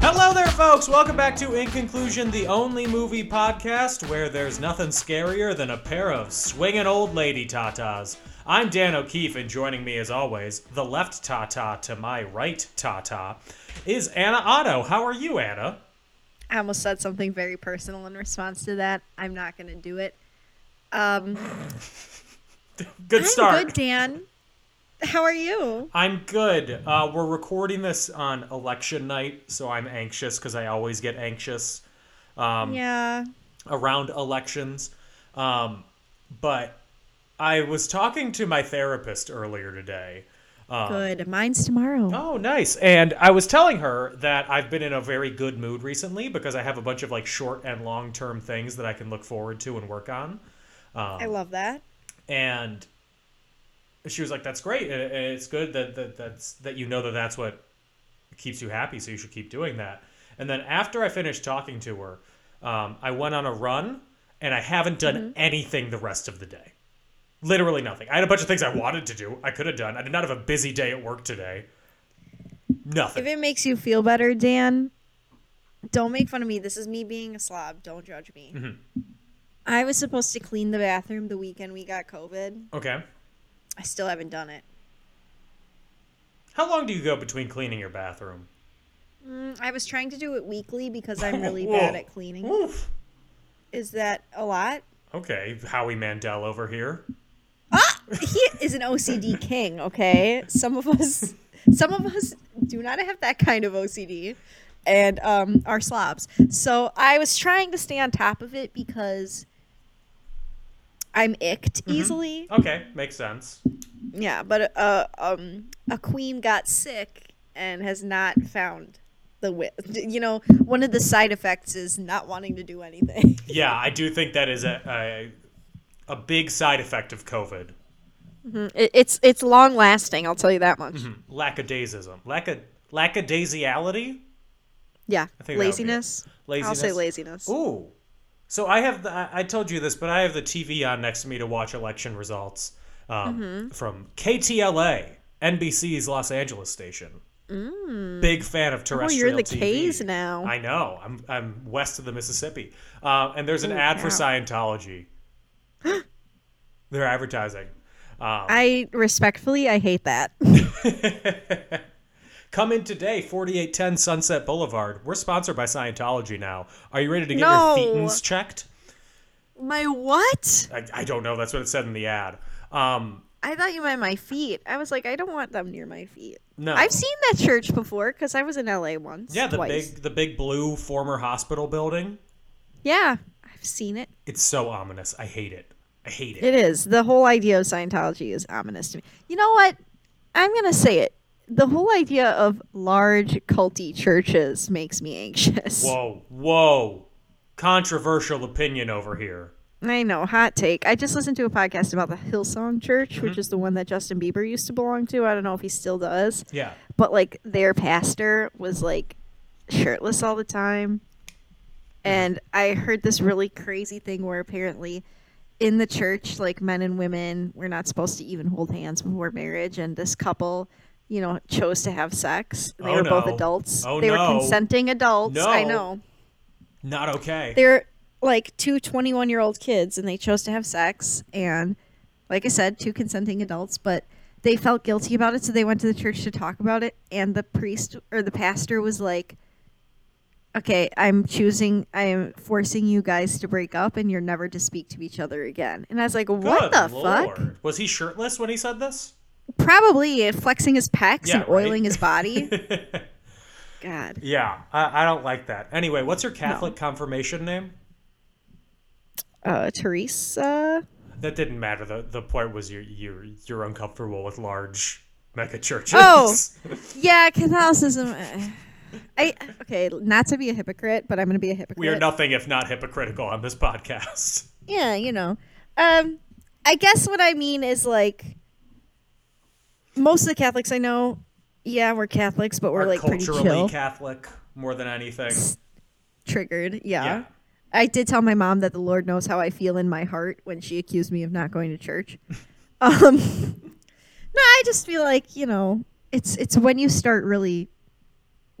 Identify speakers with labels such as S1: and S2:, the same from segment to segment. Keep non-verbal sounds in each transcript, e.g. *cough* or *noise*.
S1: Hello there, folks. Welcome back to In Conclusion, the only movie podcast where there's nothing scarier than a pair of swinging old lady tatas. I'm Dan O'Keefe, and joining me, as always, the left tata to my right tata is Anna Otto. How are you, Anna?
S2: I almost said something very personal in response to that. I'm not gonna do it. Um,
S1: Good
S2: I'm
S1: start.
S2: good, Dan. How are you?
S1: I'm good. Uh, we're recording this on election night, so I'm anxious because I always get anxious Um,
S2: yeah,
S1: around elections. Um, but I was talking to my therapist earlier today.
S2: good. Mine's tomorrow.
S1: uh, Oh, nice. And I was telling her that I've been in a very good mood recently because I have a bunch of like short and long term things that I can look forward to and work on.
S2: I love that.
S1: And she was like, "That's great. and- and It's good that, that that's that you know that that's what keeps you happy, so you should keep doing that." And then after I finished talking to her, um, I went on a run, and I haven't done anything the rest of the day. Literally nothing. I had a bunch of things I wanted to do. I could have done. I did not have a busy day at work today. Nothing.
S2: If it makes you feel better, Dan, don't make fun of me. This is me being a slob. Don't judge me.
S1: Mm-hmm.
S2: I was supposed to clean the bathroom the weekend we got COVID.
S1: Okay.
S2: I still haven't done it.
S1: How long do you go between cleaning your bathroom?
S2: Mm, I was trying to do it weekly
S1: *laughs*
S2: because I'm really bad
S1: Whoa.
S2: at cleaning.
S1: Oof.
S2: Is that a lot?
S1: Okay, Howie Mandel over here.
S2: Ah, he is an OCD king, okay? Some of us some of us do not have that kind of OCD and um are slobs. So I was trying to stay on top of it because I'm icked
S1: Mm-hmm.
S2: easily.
S1: Okay, makes sense.
S2: Yeah, but uh um a queen got sick and has not found the wit. You know, one of the side effects is not wanting to do anything.
S1: Yeah, I do think that is a a, a big side effect of COVID.
S2: Mm, It- It's it's long lasting, I'll tell you that much.
S1: Mm-hmm. Lackadaisism. Lacka lackadaisiality?
S2: Yeah.
S1: think that would be it.
S2: Laziness. I'll say laziness.
S1: Ooh. So I have the, I- I told you this, but I have the TV on next to me to watch election results um,
S2: Mm-hmm.
S1: from KTLA, NBC's Los Angeles station. Big fan of terrestrial.
S2: Mm. Oh, you're in the
S1: TV.
S2: K's now.
S1: I know. I'm I'm west of the Mississippi, uh, and there's an ad for
S2: *gasps*
S1: Scientology. They're advertising.
S2: I respectfully, I hate that.
S1: Come in today, 4810 Sunset Boulevard. We're sponsored by Scientology now. Are you ready to get
S2: No.
S1: your thetans checked?
S2: My what?
S1: I, I don't know. That's what it said in the ad. Um,
S2: I thought you meant my feet. I was like, I don't want them near my feet.
S1: no.
S2: I've seen that church before because I was in LA once.
S1: Yeah, the
S2: twice.
S1: big the big blue former hospital building.
S2: Yeah, I've seen it.
S1: It's so ominous. I hate it. I hate it.
S2: It is the whole idea of Scientology is ominous to me. You know what? I'm gonna say it. The whole idea of large culty churches makes me anxious.
S1: Whoa, whoa. Controversial opinion over here.
S2: *laughs* I know, hot take. I just listened to a podcast about the Hillsong Church,
S1: Mm-hmm.
S2: which is the one that Justin Bieber used to belong to. I don't know if he still does.
S1: Yeah.
S2: but like their pastor was like shirtless all the time and i heard this really crazy thing where apparently in the church like men and women were not supposed to even hold hands before marriage and this couple you know chose to have sex they
S1: Oh,
S2: were both
S1: no.
S2: adults
S1: Oh,
S2: they
S1: no.
S2: were consenting adults i
S1: No.
S2: know
S1: Not okay.
S2: they're like two 21 year old kids and they chose to have sex and like i said two consenting adults but they felt guilty about it so they went to the church to talk about it and the priest or the pastor was like okay i'm choosing i am forcing you guys to break up and you're never to speak to each other again and i was like what
S1: Good
S2: the
S1: lord.
S2: fuck
S1: Was he shirtless when he said this?
S2: probably flexing his pecs
S1: Yeah,
S2: and
S1: right.
S2: oiling
S1: *laughs*
S2: his body god
S1: Yeah, I, I don't like that. Anyway, what's your Catholic confirmation name?
S2: uh teresa
S1: That didn't matter. The the point was you're you're you're uncomfortable with large mega churches.
S2: Oh. yeah catholicism eh. I okay, not to be a hypocrite, but I'm going to be a
S1: *laughs*
S2: hypocrite.
S1: We are nothing if not hypocritical on this podcast.
S2: Yeah, you know. Um, I guess what I mean is like most of the Catholics I know, yeah, we're Catholics, but we're
S1: Are
S2: like pretty
S1: culturally
S2: chill,
S1: Catholic more than anything.
S2: triggered. Yeah.
S1: Yeah.
S2: I did tell my mom that the Lord knows how I feel in my heart when she accused me of not going
S1: *laughs*
S2: to church. um, no, I just feel like you know, it's it's when you start really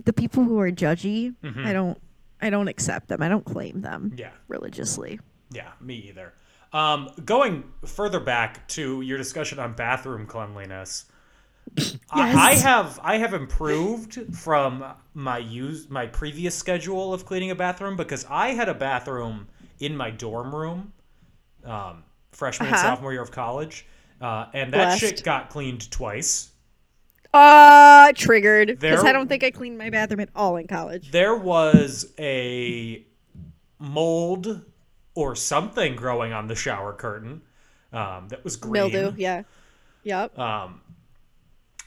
S2: the people who are judgy. I don't, I don't accept them. I don't claim them
S1: Mm-hmm. Yeah.
S2: religiously.
S1: Yeah, me either. Um, going further back to your discussion on bathroom
S2: *laughs*
S1: cleanliness, I, I
S2: Yes.
S1: have I have improved from my use my previous schedule of cleaning a bathroom because I had a bathroom in my dorm room, um, freshman and
S2: Uh-huh.
S1: sophomore year of college, uh, and that
S2: Blessed.
S1: shit got cleaned twice.
S2: Uh, triggered because
S1: There-
S2: I don't think I cleaned my bathroom at all in college.
S1: There was a mold or something growing on the shower curtain um, that was green.
S2: Mildew, yeah, yep.
S1: Um,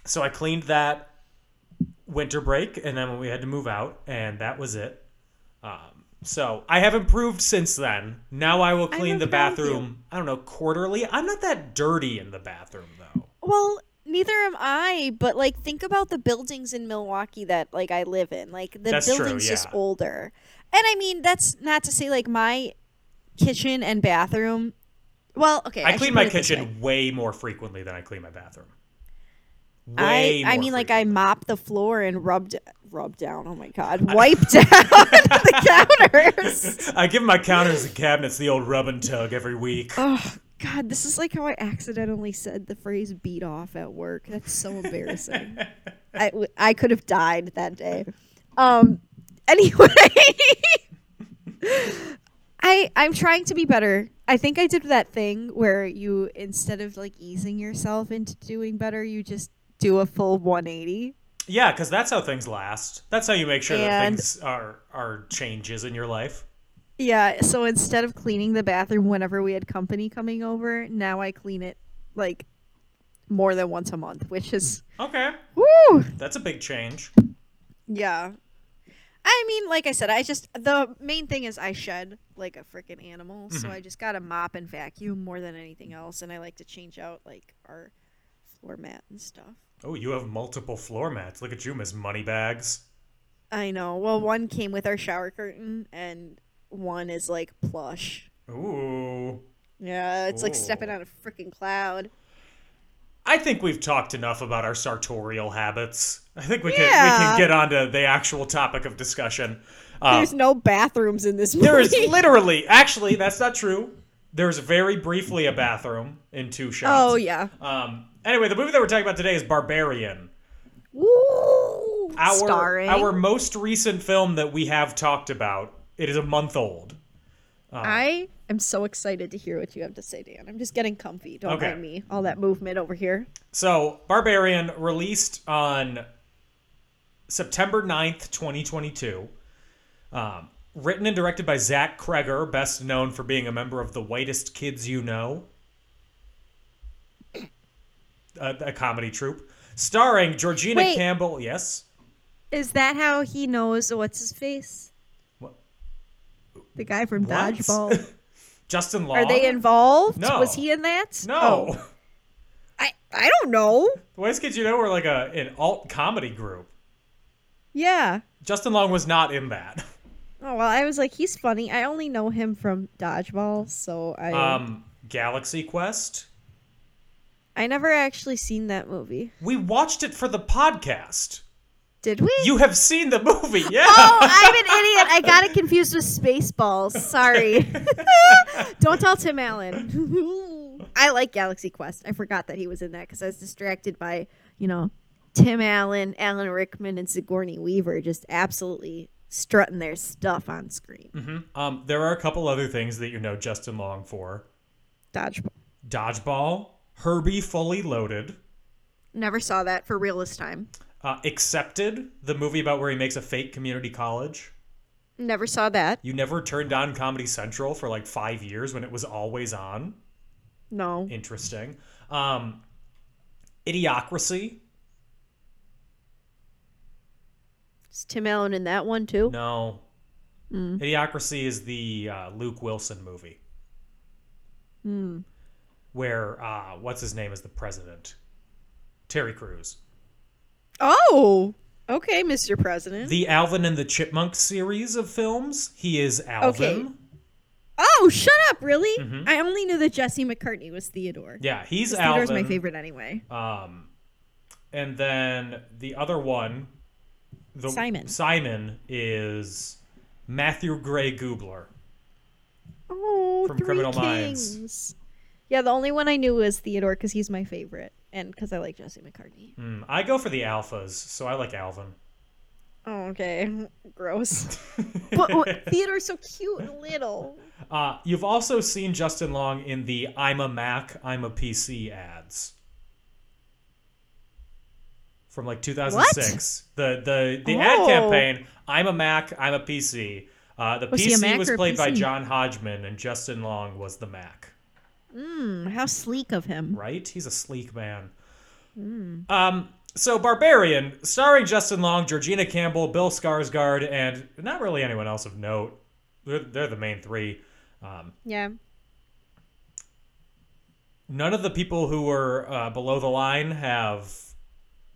S1: So I cleaned that winter break, and then we had to move out, and that was it. Um, so I have improved since then. Now I will clean
S2: I'm
S1: the
S2: proud of you.
S1: bathroom. I don't know quarterly. I'm not that dirty in the bathroom though.
S2: Well, neither am I, but like think about the buildings in Milwaukee that like I live in. Like the
S1: That's true,
S2: buildings just
S1: yeah.
S2: older. And I mean, that's not to say like my kitchen and bathroom well, okay.
S1: I,
S2: should
S1: clean
S2: put
S1: my
S2: it this way.
S1: kitchen way more frequently than I clean my bathroom.
S2: I
S1: Way
S2: I
S1: more
S2: mean like
S1: *laughs*
S2: I
S1: frequently.
S2: mopped the floor and rubbed rubbed down. Oh my god. Wiped down
S1: *laughs*
S2: *laughs* the counters.
S1: I give my counters and cabinets the old rub and tug every week.
S2: Oh god, this is like how I accidentally said the phrase beat off at work. That's so embarrassing. I w- I could have died that day. Um *laughs* anyway, I I'm trying to be better. I think I did that thing where you instead of like easing yourself into doing better, you just do a full 180.
S1: Yeah, because that's how things last. That's how you make sure that
S2: And-
S1: things are are changes in your life.
S2: Yeah, so instead of cleaning the bathroom whenever we had company coming over, now I clean it like more than once a month, which is
S1: Okay,
S2: woo,
S1: that's a big change.
S2: Yeah. I mean, like I said, I just the main thing is I shed like a freaking animal,
S1: Mm-hmm.
S2: so I just gotta mop and vacuum more than anything else, and I like to change out like our floor mat and stuff.
S1: Oh, you have multiple floor mats. Look at you, Miss Moneybags.
S2: I know. Well, one came with our shower curtain, and one is like plush.
S1: Ooh.
S2: Yeah, it's like stepping
S1: Ooh.
S2: on a freaking cloud.
S1: I think we've talked enough about our sartorial habits. I think we can we
S2: Yeah.
S1: can get on to the actual topic of discussion. Uh,
S2: There's no bathrooms in this movie.
S1: there
S2: *laughs*
S1: is literally, actually, that's not true. There's very briefly a bathroom in two shots.
S2: oh yeah.
S1: Um, anyway, the movie that we're talking about today is Barbarian.
S2: Woo!
S1: Our
S2: Starring.
S1: our most recent film that we have talked about. It is a month old. Uh,
S2: I am so excited to hear what you have to say, Dan. I'm just getting comfy. Don't
S1: Okay.
S2: mind me. All that movement over here.
S1: So, Barbarian released on September 9th, 2022. Um, written and directed by Zach Kreger, best known for being a member of The Whitest Kids You Know, a, a comedy troupe. Starring Georgina
S2: Wait.
S1: Campbell. Yes.
S2: Is that how he knows what's his face?
S1: What?
S2: The guy from
S1: What?
S2: Dodgeball.
S1: *laughs* Justin Law.
S2: Are they involved?
S1: No.
S2: Was he in that?
S1: *laughs* No.
S2: Oh. I I don't know.
S1: The Whitest Kids You Know were like a an alt comedy group.
S2: Yeah.
S1: Justin Long was not in that.
S2: Oh well, I was like, he's funny. I only know him from Dodgeball, so I
S1: Um, Galaxy Quest.
S2: I never actually seen that movie.
S1: We watched it for the podcast.
S2: Did we?
S1: You have seen the movie, yeah?
S2: Oh, I'm an idiot. I got it confused with
S1: *laughs*
S2: Spaceballs. Sorry. Don't tell Tim Allen. *laughs* I like Galaxy Quest. I forgot that he was in that because I was distracted by, you know, Tim Allen, Alan Rickman, and Sigourney Weaver just absolutely strutting their stuff on screen.
S1: Um, there are a couple other things that you know Justin Long for:
S2: Dodgeball.
S1: Dodgeball, Herbie Fully Loaded,
S2: Never saw that for real this time.
S1: uh, Accepted, the movie about where he makes a fake community college.
S2: Never saw that.
S1: You never turned on Comedy Central for like five years when it was always on.
S2: No.
S1: Interesting. Um, Idiocracy,
S2: Is Tim Allen in that one too?
S1: No.
S2: Mm.
S1: Idiocracy is the uh, Luke Wilson movie.
S2: Hmm.
S1: Where uh, what's his name is the president, Terry Crews.
S2: Oh, okay, Mr. President.
S1: The Alvin and the Chipmunks series of films. He is Alvin.
S2: Okay. oh, shut up! Really?
S1: Mm-hmm.
S2: I only knew that Jesse McCartney was Theodore.
S1: Yeah, he's
S2: Theodore's
S1: Alvin.
S2: my favorite anyway.
S1: Um, and then the other one, the
S2: Simon.
S1: Simon is Matthew Gray Goobler.
S2: Oh,
S1: From
S2: Three
S1: Criminal Minds.
S2: Kings. Yeah, the only one I knew was Theodore because he's my favorite, and because I like Jesse McCartney.
S1: Hmm, I go for the alphas, so I like Alvin.
S2: Oh, okay, *laughs*
S1: *laughs*
S2: gross. but oh, Theodore's so cute and little.
S1: Uh, you've also seen Justin Long in the "I'm a Mac, I'm a PC" ads from like 2006. The the the ad
S2: Oh.
S1: campaign "I'm a Mac, I'm a PC." Uh, the
S2: Was he a
S1: PC
S2: Mac
S1: was
S2: or a
S1: played by
S2: PC?
S1: John Hodgman, and Justin Long was the Mac.
S2: Mm, how sleek of him.
S1: Right? He's a sleek man.
S2: Hmm.
S1: Um. So, Barbarian, starring Justin Long, Georgina Campbell, Bill Skarsgård, and not really anyone else of note. They're, they're the main three. Um,
S2: Yeah.
S1: none of the people who were uh, below the line have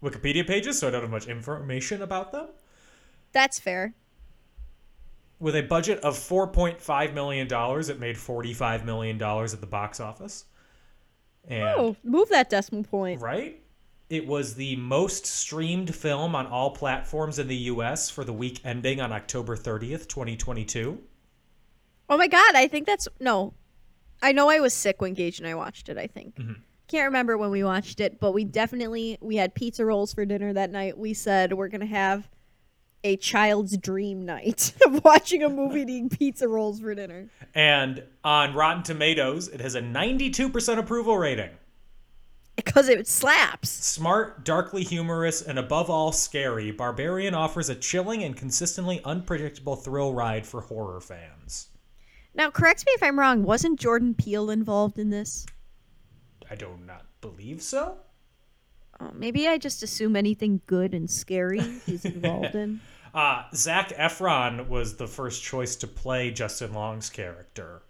S1: Wikipedia pages, so I don't have much information about them.
S2: That's fair.
S1: With a budget of $4.5 million, it made $45 million at the box office. And,
S2: Oh, move that decimal point.
S1: Right? It was the most streamed film on all platforms in the US for the week ending on October 30th, 2022.
S2: Oh my god, I think that's no. I know I was sick when Gage and I watched it, I think. Can't remember when we watched it, but we definitely we had pizza rolls for dinner that night. We said we're going to have a child's dream night *laughs* of watching a movie and eating pizza rolls for dinner.
S1: And on Rotten Tomatoes, it has a 92% approval rating.
S2: Because it slaps.
S1: Smart, darkly humorous, and above all scary, Barbarian offers a chilling and consistently unpredictable thrill ride for horror fans.
S2: Now, correct me if I'm wrong, wasn't Jordan Peele involved in this?
S1: I do not believe so.
S2: Oh, maybe I just assume anything good and scary he's involved in.
S1: Uh, Zach Efron was the first choice to play Justin Long's character.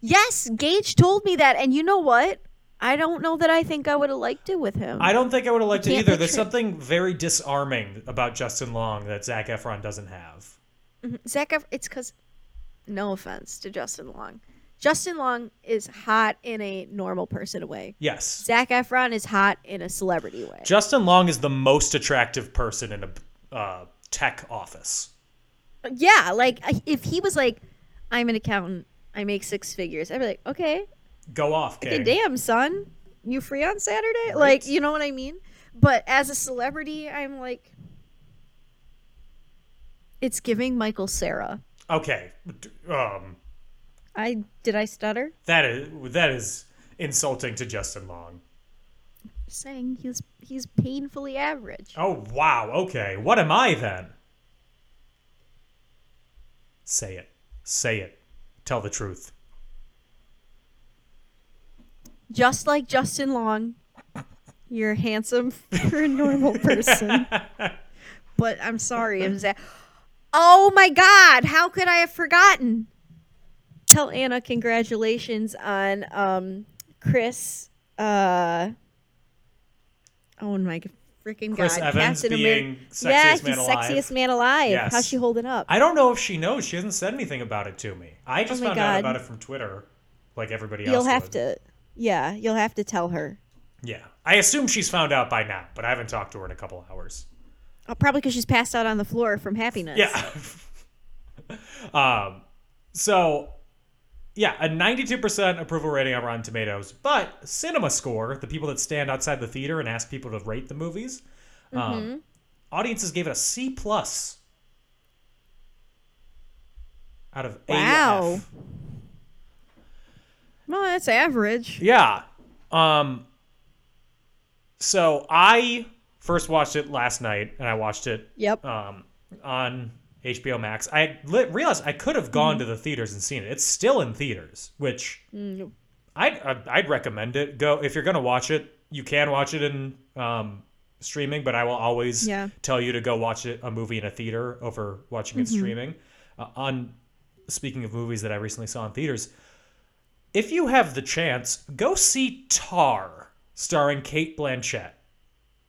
S2: Yes, Gage told me that, and you know what? I don't know that I think I would have liked it with him.
S1: I don't think I would have liked it
S2: can't
S1: either. There's
S2: picture it.
S1: something very disarming about Justin Long that Zach Efron doesn't have.
S2: Zach, Ef- it's because, no offense to Justin Long, Justin Long is hot in a normal person way.
S1: Yes.
S2: Zach Efron is hot in a celebrity way.
S1: Justin Long is the most attractive person in a uh, tech office.
S2: yeah, like I- if he was like, I'm an accountant, I make six figures, I'd be like, okay,
S1: Go off,
S2: okay,
S1: Kay.
S2: damn, son, you free on Saturday? Like, you know what I mean? But as a celebrity, I'm like, it's giving Michael Sarah.
S1: Okay. D- Um,
S2: I did I stutter?
S1: That is that is insulting to Justin Long.
S2: Saying he's he's painfully average.
S1: Oh wow, okay. What am I then? Say it. Say it. Tell the truth.
S2: just like Justin Long, you're handsome for a normal
S1: *laughs*
S2: person. but I'm sorry if that. Oh my God! How could I have forgotten? Tell Anna congratulations on um, Chris. Uh, oh my freaking
S1: Chris
S2: God!
S1: Evans
S2: Captain Ameri-
S1: being sexiest
S2: yeah,
S1: man
S2: he's
S1: alive.
S2: sexiest man alive.
S1: Yes.
S2: How's she holding up?
S1: I don't know if she knows. She hasn't said anything about it to me. I just
S2: Oh my
S1: found out
S2: God.
S1: about it from Twitter, like everybody else.
S2: you'll have
S1: would.
S2: to. Yeah, you'll have to tell her.
S1: Yeah, I assume she's found out by now, but I haven't talked to her in a couple hours.
S2: Oh, probably because she's passed out on the floor from happiness.
S1: Yeah. *laughs* um, so, yeah, a 92% approval rating on Rotten Tomatoes, but Cinema Score, the people that stand outside the theater and ask people to rate the movies, um, audiences gave it a C plus out of A. to
S2: Wow.
S1: F.
S2: Well, that's average.
S1: Yeah. Um so I first watched it last night and I watched it
S2: Yep.
S1: um on HBO Max. I li- realized I could have gone to the theaters and seen it. It's still in theaters, which
S2: Mm,
S1: uh, I'd I'd- I'd recommend it. Go if you're going to watch it, you can watch it in um streaming, but I will always
S2: Yeah.
S1: tell you to go watch it, a movie in a theater over watching it
S2: Mm-hmm.
S1: streaming. Uh, on speaking of movies that I recently saw in theaters, if you have the chance, go see Tar, starring Kate Blanchett.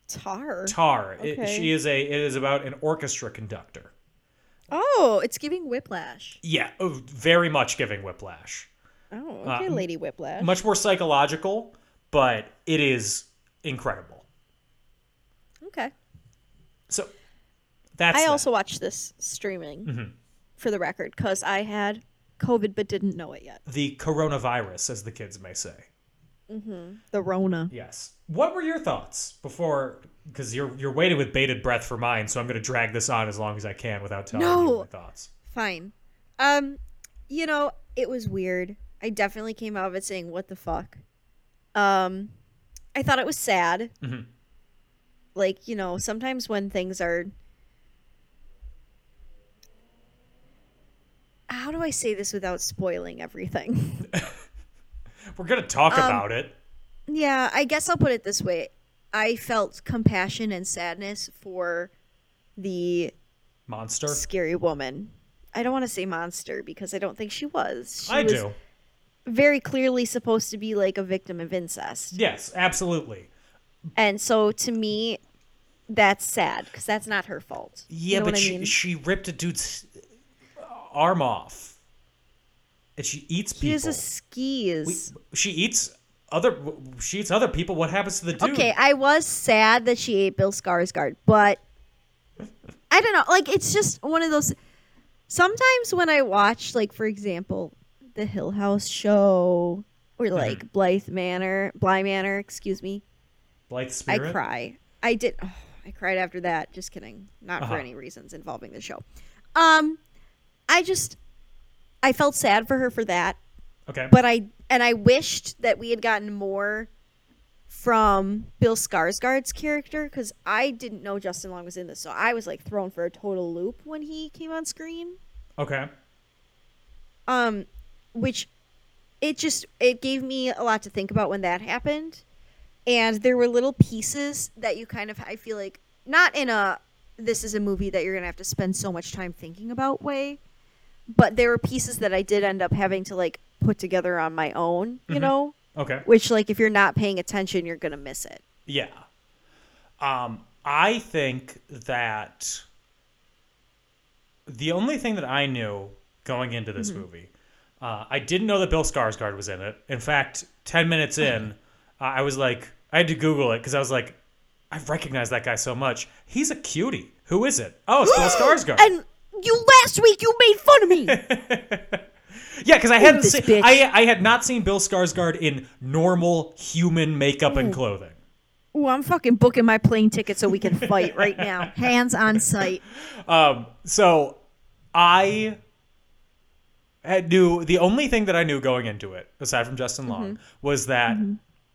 S2: Tar.
S1: Tar. It,
S2: Okay.
S1: she is a. It is about an orchestra conductor.
S2: Oh, it's giving whiplash.
S1: Yeah, oh, very much giving whiplash.
S2: Oh, okay,
S1: m-
S2: Lady Whiplash.
S1: Much more psychological, but it is incredible.
S2: okay.
S1: So that's
S2: I
S1: that.
S2: also watched this streaming for the record because I had COVID but didn't know it yet.
S1: the coronavirus, as the kids may say.
S2: The Rona.
S1: Yes. What were your thoughts before? Because you're you're waiting with bated breath for mine, so I'm going to drag this on as long as I can without telling you
S2: No.
S1: my thoughts.
S2: Fine. Um, you know, it was weird. I definitely came out of it saying, "What the fuck." Um, I thought it was sad. Like you know, sometimes when things are. How do I say this without spoiling everything? *laughs*
S1: We're going to talk
S2: Um,
S1: about it.
S2: Yeah, I guess I'll put it this way. I felt compassion and sadness for the
S1: Monster.
S2: scary woman. I don't want to say monster because I don't think she was. She
S1: I
S2: was
S1: do.
S2: Very clearly supposed to be like a victim of incest.
S1: Yes, absolutely.
S2: And so to me, that's sad because that's not her fault.
S1: Yeah,
S2: you know
S1: but
S2: what I
S1: she,
S2: mean?
S1: she ripped a dude's arm off, and she eats
S2: she
S1: people.
S2: uses skis.
S1: she eats other. She eats other people. What happens to the dude?
S2: Okay, I was sad that she ate Bill Skarsgård, but I don't know. Like, it's just one of those. Sometimes when I watch, like for example, the Hill House show
S1: Mm-hmm.
S2: or like Blythe Manor, Bly Manor, excuse me,
S1: Blythe Spirit.
S2: I cry. I did. Oh, I cried after that. Just kidding. Not
S1: Uh-huh.
S2: for any reasons involving the show. Um, I just I felt sad for her for that
S1: Okay.
S2: but I and I wished that we had gotten more from Bill Skarsgård's character because I didn't know Justin Long was in this, so I was like thrown for a total loop when he came on screen.
S1: okay.
S2: Um, which it just it gave me a lot to think about when that happened, and there were little pieces that you kind of I feel like not in a this is a movie that you're gonna have to spend so much time thinking about way, but there were pieces that I did end up having to like put together on my own, you know
S1: Okay.
S2: which like if you're not paying attention you're gonna miss it
S1: Yeah. Um, I think that the only thing that I knew going into this
S2: Mm-hmm.
S1: movie, uh, I didn't know that Bill Skarsgård was in it. In fact, ten minutes
S2: Hmm.
S1: in, uh, I was like, I had to Google it because I was like, I recognize that guy so much. He's a cutie. Who is it? Oh, it's
S2: *gasps*
S1: Bill Skarsgård.
S2: and you last week you made fun of me *laughs*
S1: yeah, because I hadn't
S2: this
S1: seen.
S2: bitch.
S1: I I had not seen Bill Skarsgård in normal human makeup and clothing.
S2: Ooh, i'm fucking booking my plane ticket so we can fight right now hands on sight
S1: Um, So I had knew the only thing that I knew going into it, aside from Justin Long,
S2: Mm-hmm.
S1: was that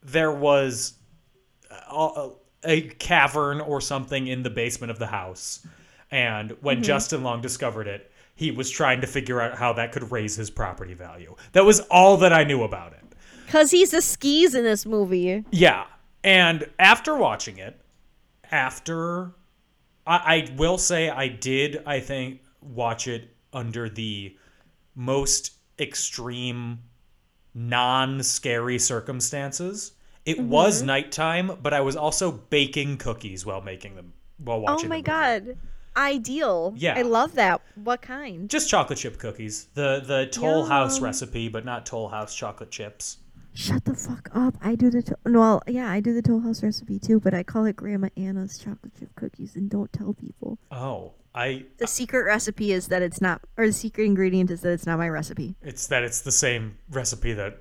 S1: there was a, a cavern or something in the basement of the house, and when
S2: Mm-hmm.
S1: Justin Long discovered it, he was trying to figure out how that could raise his property value. That was all that I knew about it.
S2: because he's the skis in this movie
S1: Yeah. And after watching it, after I, I will say I did, I think, watch it under the most extreme, non scary circumstances. It
S2: Mm-hmm.
S1: was nighttime, but I was also baking cookies while making them while
S2: oh
S1: watching. the
S2: my
S1: movie.
S2: god ideal
S1: Yeah.
S2: i love that what kind
S1: Just chocolate chip cookies. The the Toll House recipe, but not Toll House chocolate chips.
S2: shut the fuck up i do the to- no well, yeah i do the toll house recipe too but i call it grandma anna's chocolate chip cookies and don't tell people
S1: Oh, I
S2: the secret recipe is that it's not or the secret ingredient is that it's not my recipe
S1: it's that it's the same recipe that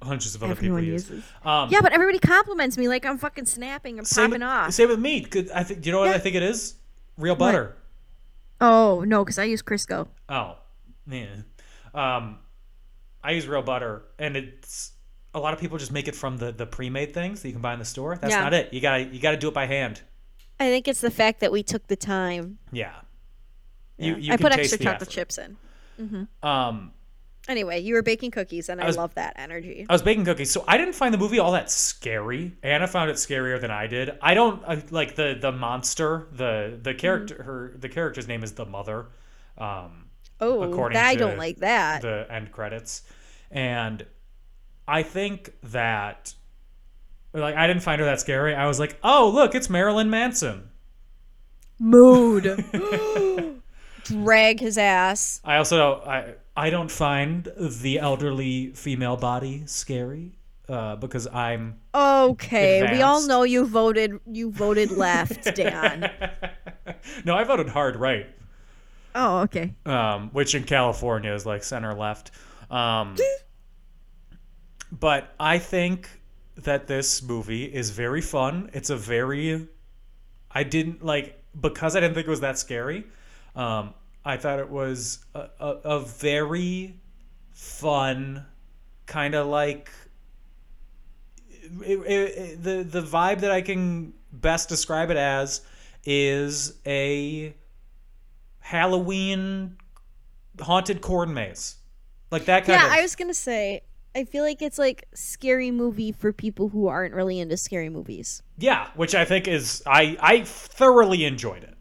S1: hundreds of other
S2: Everyone
S1: people use.
S2: uses.
S1: Um,
S2: Yeah, but everybody compliments me like I'm fucking snapping. I'm
S1: same
S2: popping
S1: with,
S2: off.
S1: Same with me. 'cause I think you know what I think it is real butter.
S2: oh no, because I use Crisco.
S1: Oh, yeah. Um, I use real butter, and it's a lot of people just make it from the the pre made things that you can buy in the store. That's
S2: Yeah.
S1: not it. You gotta you gotta do it by hand.
S2: I think it's the fact that we took the time.
S1: Yeah. You, you
S2: I
S1: can
S2: put
S1: taste
S2: extra
S1: the
S2: chocolate
S1: effort.
S2: chips in.
S1: Um,
S2: Anyway, you were baking cookies, and I,
S1: was-
S2: love that energy.
S1: I was baking cookies, so I didn't find the movie all that scary. Anna found it scarier than I did. I don't I, like the the monster. the The character, her the character's name is the mother. Um,
S2: oh,
S1: according
S2: that- I
S1: to
S2: don't like that.
S1: the end credits, and I think that like I didn't find her that scary. I was like, oh look, it's Marilyn Manson.
S2: Mood. *gasps* Drag his ass.
S1: I also I I don't find the elderly female body scary uh, because I'm
S2: Okay, we all
S1: Advanced.
S2: know you voted. You voted left, Dan.
S1: *laughs* no, I voted hard right.
S2: Oh, okay.
S1: um, which in California is like center left. Um, but I think that this movie is very fun. It's a very, I didn't like because I didn't think it was that scary. Um, I thought it was a, a, a very fun kind of like it, it, it- the the vibe that I can best describe it as is a Halloween haunted corn maze, like that kind
S2: Yeah,
S1: of.
S2: I was gonna say. I feel like it's like scary movie for people who aren't really into scary movies.
S1: Yeah, which I think is I I thoroughly enjoyed it.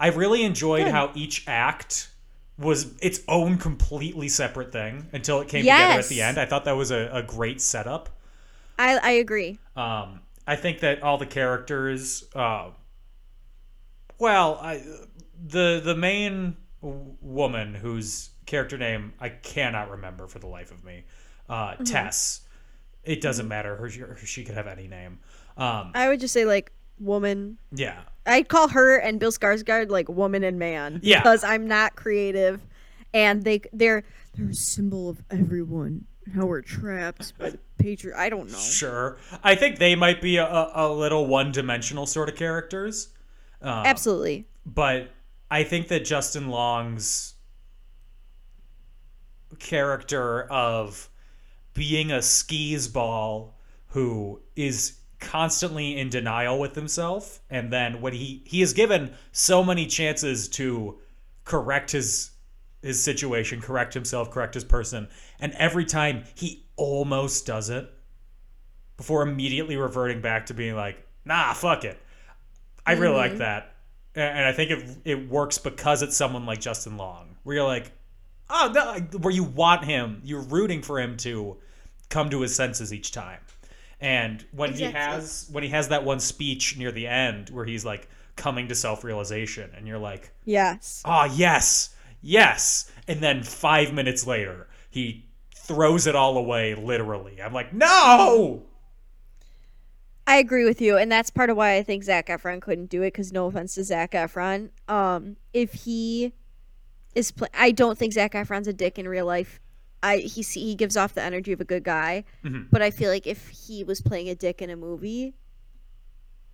S1: I really enjoyed how each act was its own completely separate thing until it came together at the
S2: Yes.
S1: end. I thought that was a, a great setup.
S2: I I agree.
S1: Um, I think that all the characters, uh, well, I, the the main w- woman whose character name I cannot remember for the life of me, uh, Tess. It doesn't matter. Her, her she could have any name. Um,
S2: I would just say like woman.
S1: yeah,
S2: I'd call her and Bill Skarsgård like woman and man.
S1: Yeah.
S2: Because I'm not creative, and they they're they're a symbol of everyone. How we're trapped by the patriot. I don't know.
S1: Sure. I think they might be a, a a little one dimensional sort of characters,
S2: Absolutely.
S1: but I think that Justin Long's character of being a skis ball who is constantly in denial with himself and then when he he is given so many chances to correct his his situation correct himself correct his person and every time he almost does it before immediately reverting back to being like nah fuck it i really like that A- and i think it it works because it's someone like justin long where you're like oh no like, where you want him you're rooting for him to come to his senses each time and when he
S2: Exactly.
S1: has when he has that one speech near the end where he's like coming to self-realization and you're like
S2: Yes.
S1: ah yes yes and then five minutes later he throws it all away literally i'm like no
S2: I agree with you, and that's part of why I think Zach Efron couldn't do it. Because no offense to Zach Efron, um, if he is, pla I don't think Zach Efron's a dick in real life. I he s- he gives off the energy of a good guy, but I feel like if he was playing a dick in a movie,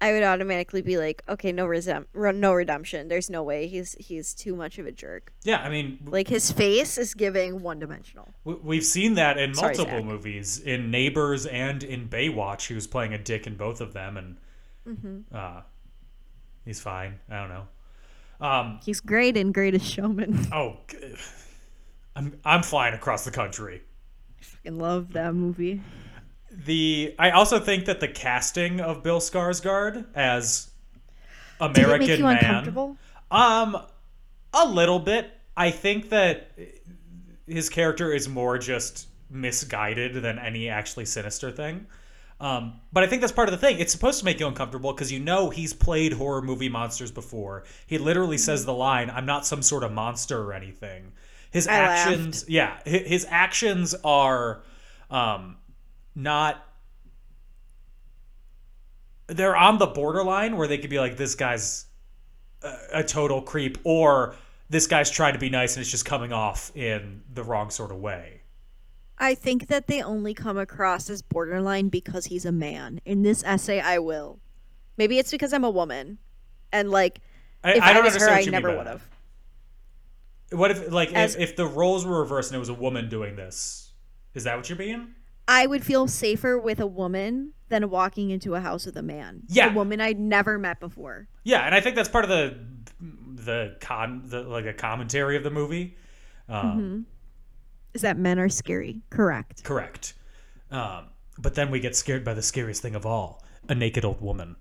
S2: I would automatically be like, okay, no resem- re- no redemption. There's no way he's he's too much of a jerk.
S1: yeah i mean w-
S2: Like his face is giving one dimensional.
S1: w- we've seen that in
S2: Sorry,
S1: multiple
S2: Zach.
S1: movies in neighbors and in baywatch he was playing a dick in both of them and
S2: Mm-hmm.
S1: uh, he's fine i don't know um,
S2: He's great in Greatest Showman. *laughs*
S1: oh g- *sighs* I'm, I'm flying across the country
S2: I love that movie.
S1: the I also think that the casting of Bill Skarsgård as American
S2: Did it make you
S1: man
S2: uncomfortable?
S1: um a little bit I think that his character is more just misguided than any actually sinister thing. Um, but I think that's part of the thing. It's supposed to make you uncomfortable because you know he's played horror movie monsters before. He
S2: Mm-hmm.
S1: literally says the line, "I'm not some sort of monster or anything." His
S2: I laughed.
S1: actions, yeah, hi- his actions are um, not. They're on the borderline where they could be like, "This guy's a total creep or this guy's trying to be nice and it's just coming off in the wrong sort of way.
S2: I think that they only come across as borderline because he's a man. In this essay, I will. Maybe it's because I'm a woman, and like
S1: I,
S2: if
S1: I
S2: I,
S1: don't
S2: was her,
S1: understand
S2: I
S1: what you
S2: never
S1: mean by
S2: would have.
S1: that. What if like
S2: As-
S1: if, if the roles were reversed and it was a woman doing this? Is that what you mean?
S2: I would feel safer with a woman than walking into a house with a man.
S1: Yeah.
S2: a woman I'd never met before.
S1: Yeah, and I think that's part of the
S2: Mm-hmm.
S1: the con the like a commentary of the movie. Um,
S2: is that men are scary. Correct.
S1: Correct. Um, but then we get scared by the scariest thing of all a naked old woman.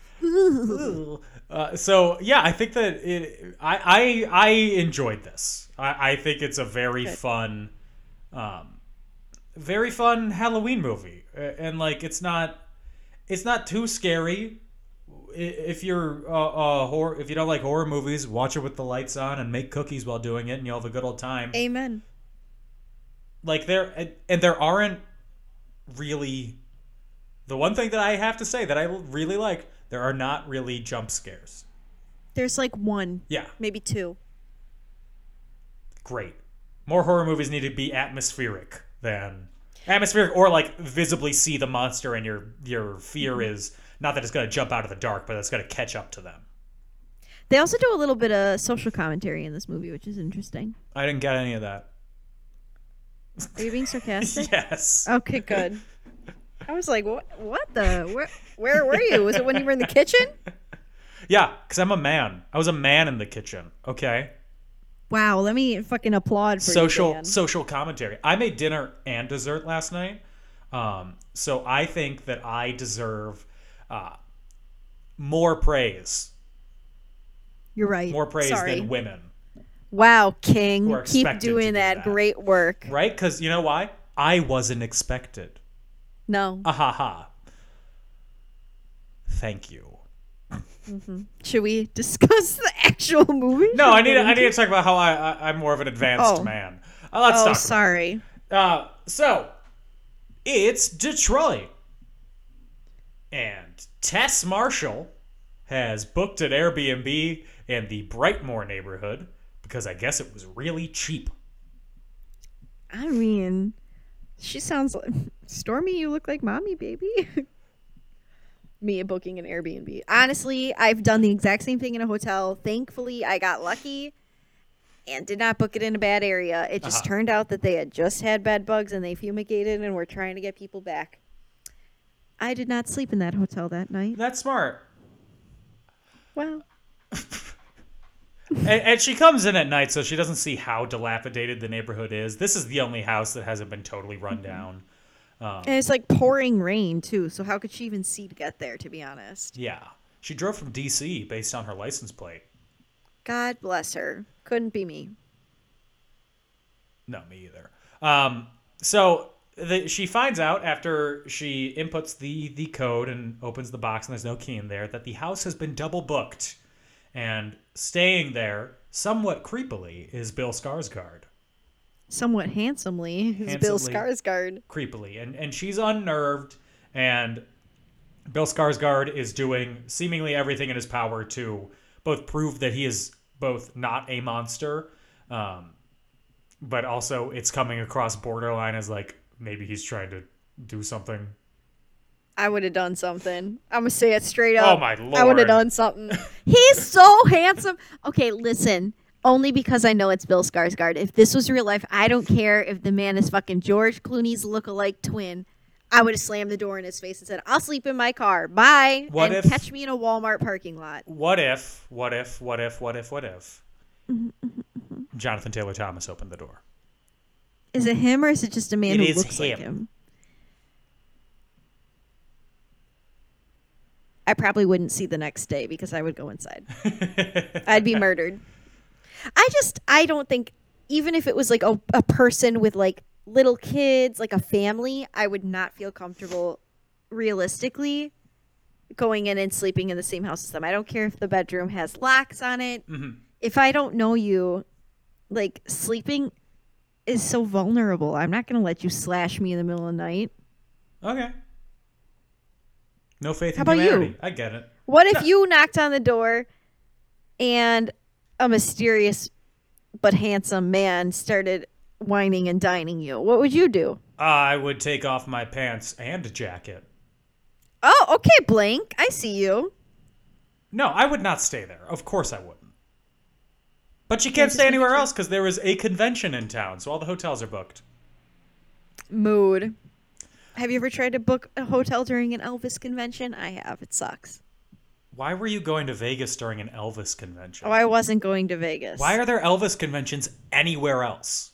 S1: *laughs* uh, so yeah, I think that it. I I, I enjoyed this. I, I think it's a very fun, um, very fun Halloween movie, Uh, and like it's not, it's not too scary. I- If you're uh, uh horror, if you don't like horror movies, watch it with the lights on and make cookies while doing it, and you'll have a good old time
S2: Amen.
S1: like there and- and there aren't really the one thing that I have to say that I really like there are not really jump scares.
S2: There's like one,
S1: Yeah,
S2: maybe two.
S1: great. More horror movies need to be atmospheric than atmospheric or like visibly see the monster and your your fear is not that it's going to jump out of the dark but it's going to catch up to them.
S2: They also do a little bit of social commentary in this movie, which is interesting.
S1: I didn't get any of that.
S2: Are you being sarcastic?
S1: *laughs* Yes. *laughs*
S2: Okay, good. I was like, what? What the? Where, where were you? Was it when you were in the kitchen?
S1: Yeah, cuz I'm a man. I was a man in the kitchen. Okay.
S2: Wow, let me fucking applaud for
S1: social
S2: you, Dan.
S1: social commentary. I made dinner and dessert last night, um, so I think that I deserve uh, more praise,
S2: You're right.
S1: more praise
S2: Sorry.
S1: than women,
S2: Wow, King,
S1: who are
S2: keep
S1: expected to do
S2: doing
S1: that.
S2: that. Great work.
S1: right? Because you know why? I wasn't expected.
S2: No,
S1: Ah ha ha. Thank you.
S2: should we *laughs* discuss the actual movie?
S1: No, I need I need to talk about how I, I I'm more of an advanced
S2: Oh.
S1: man. Uh,
S2: *laughs*
S1: let's
S2: Oh,
S1: talk.
S2: sorry.
S1: Uh, so it's Detroit, and Tess Marshall has booked an Airbnb in the Brightmoor neighborhood because I guess it was really cheap.
S2: I mean, she sounds like Stormy. You look like mommy, baby. *laughs* Me booking an Airbnb. Honestly, I've done the exact same thing in a hotel. Thankfully, I got lucky and did not book it in a bad area. It just turned out that they had just had bed bugs and they fumigated and were trying to get people back. I did not sleep in that hotel that night.
S1: That's smart.
S2: Well,
S1: And, and she comes in at night, so she doesn't see how dilapidated the neighborhood is. This is the only house that hasn't been totally run down.
S2: and it's like pouring rain too, so how could she even see to get there? To be honest,
S1: Yeah. She drove from D.C. based on her license plate.
S2: God bless her. Couldn't be me.
S1: No, me either. Um, so the, she finds out after she inputs the the code and opens the box, and there's no key in there, that the house has been double booked, and staying there somewhat creepily is Bill Skarsgård.
S2: somewhat handsomely is Bill
S1: Handsomely.
S2: Skarsgård.
S1: Creepily, and and she's unnerved, and Bill Skarsgård is doing seemingly everything in his power to both prove that he is both not a monster, um, but also it's coming across borderline as like maybe he's trying to do something.
S2: I would have done something. I'm gonna say it straight
S1: Oh
S2: up.
S1: my
S2: I would
S1: lord.
S2: have
S1: *laughs*
S2: done something. He's so handsome. Okay, listen. Only because I know it's Bill Skarsgård. If this was real life, I don't care if the man is fucking George Clooney's look-alike twin. I would have slammed the door in his face and said, "I'll sleep in my car. Bye."
S1: What
S2: and
S1: if-
S2: catch me in a Walmart parking lot.
S1: What if? What if? What if? What if? What
S2: *laughs*
S1: if? Jonathan Taylor Thomas opened the door.
S2: Is it him or is it just a man
S1: It
S2: who
S1: is
S2: looks like
S1: him.
S2: him? I probably wouldn't see the next day because I would
S1: *laughs*
S2: go inside. I'd be murdered. I just I don't think even if it was like a, a person with like little kids, like a family, I would not feel comfortable realistically going in and sleeping in the same house as them. I don't care if the bedroom has locks on it.
S1: Mm-hmm.
S2: If I don't know you, like sleeping is so vulnerable. I'm not going to let you slash me in the middle of the night.
S1: Okay. No faith
S2: How
S1: in
S2: about you?
S1: humanity. I get it.
S2: What if you knocked on the door and a mysterious but handsome man started whining and dining you? What would you do?
S1: I would take off my pants and jacket.
S2: Oh, okay, Blank. I see you.
S1: No, I would not stay there. Of course I wouldn't. But you can't stay anywhere else because there is a convention in town, so all the hotels are booked.
S2: Mood. Have you ever tried to book a hotel during an Elvis convention? I have. It sucks.
S1: Why were you going to Vegas during an Elvis convention?
S2: Oh, I wasn't going to Vegas.
S1: Why are there Elvis conventions anywhere else?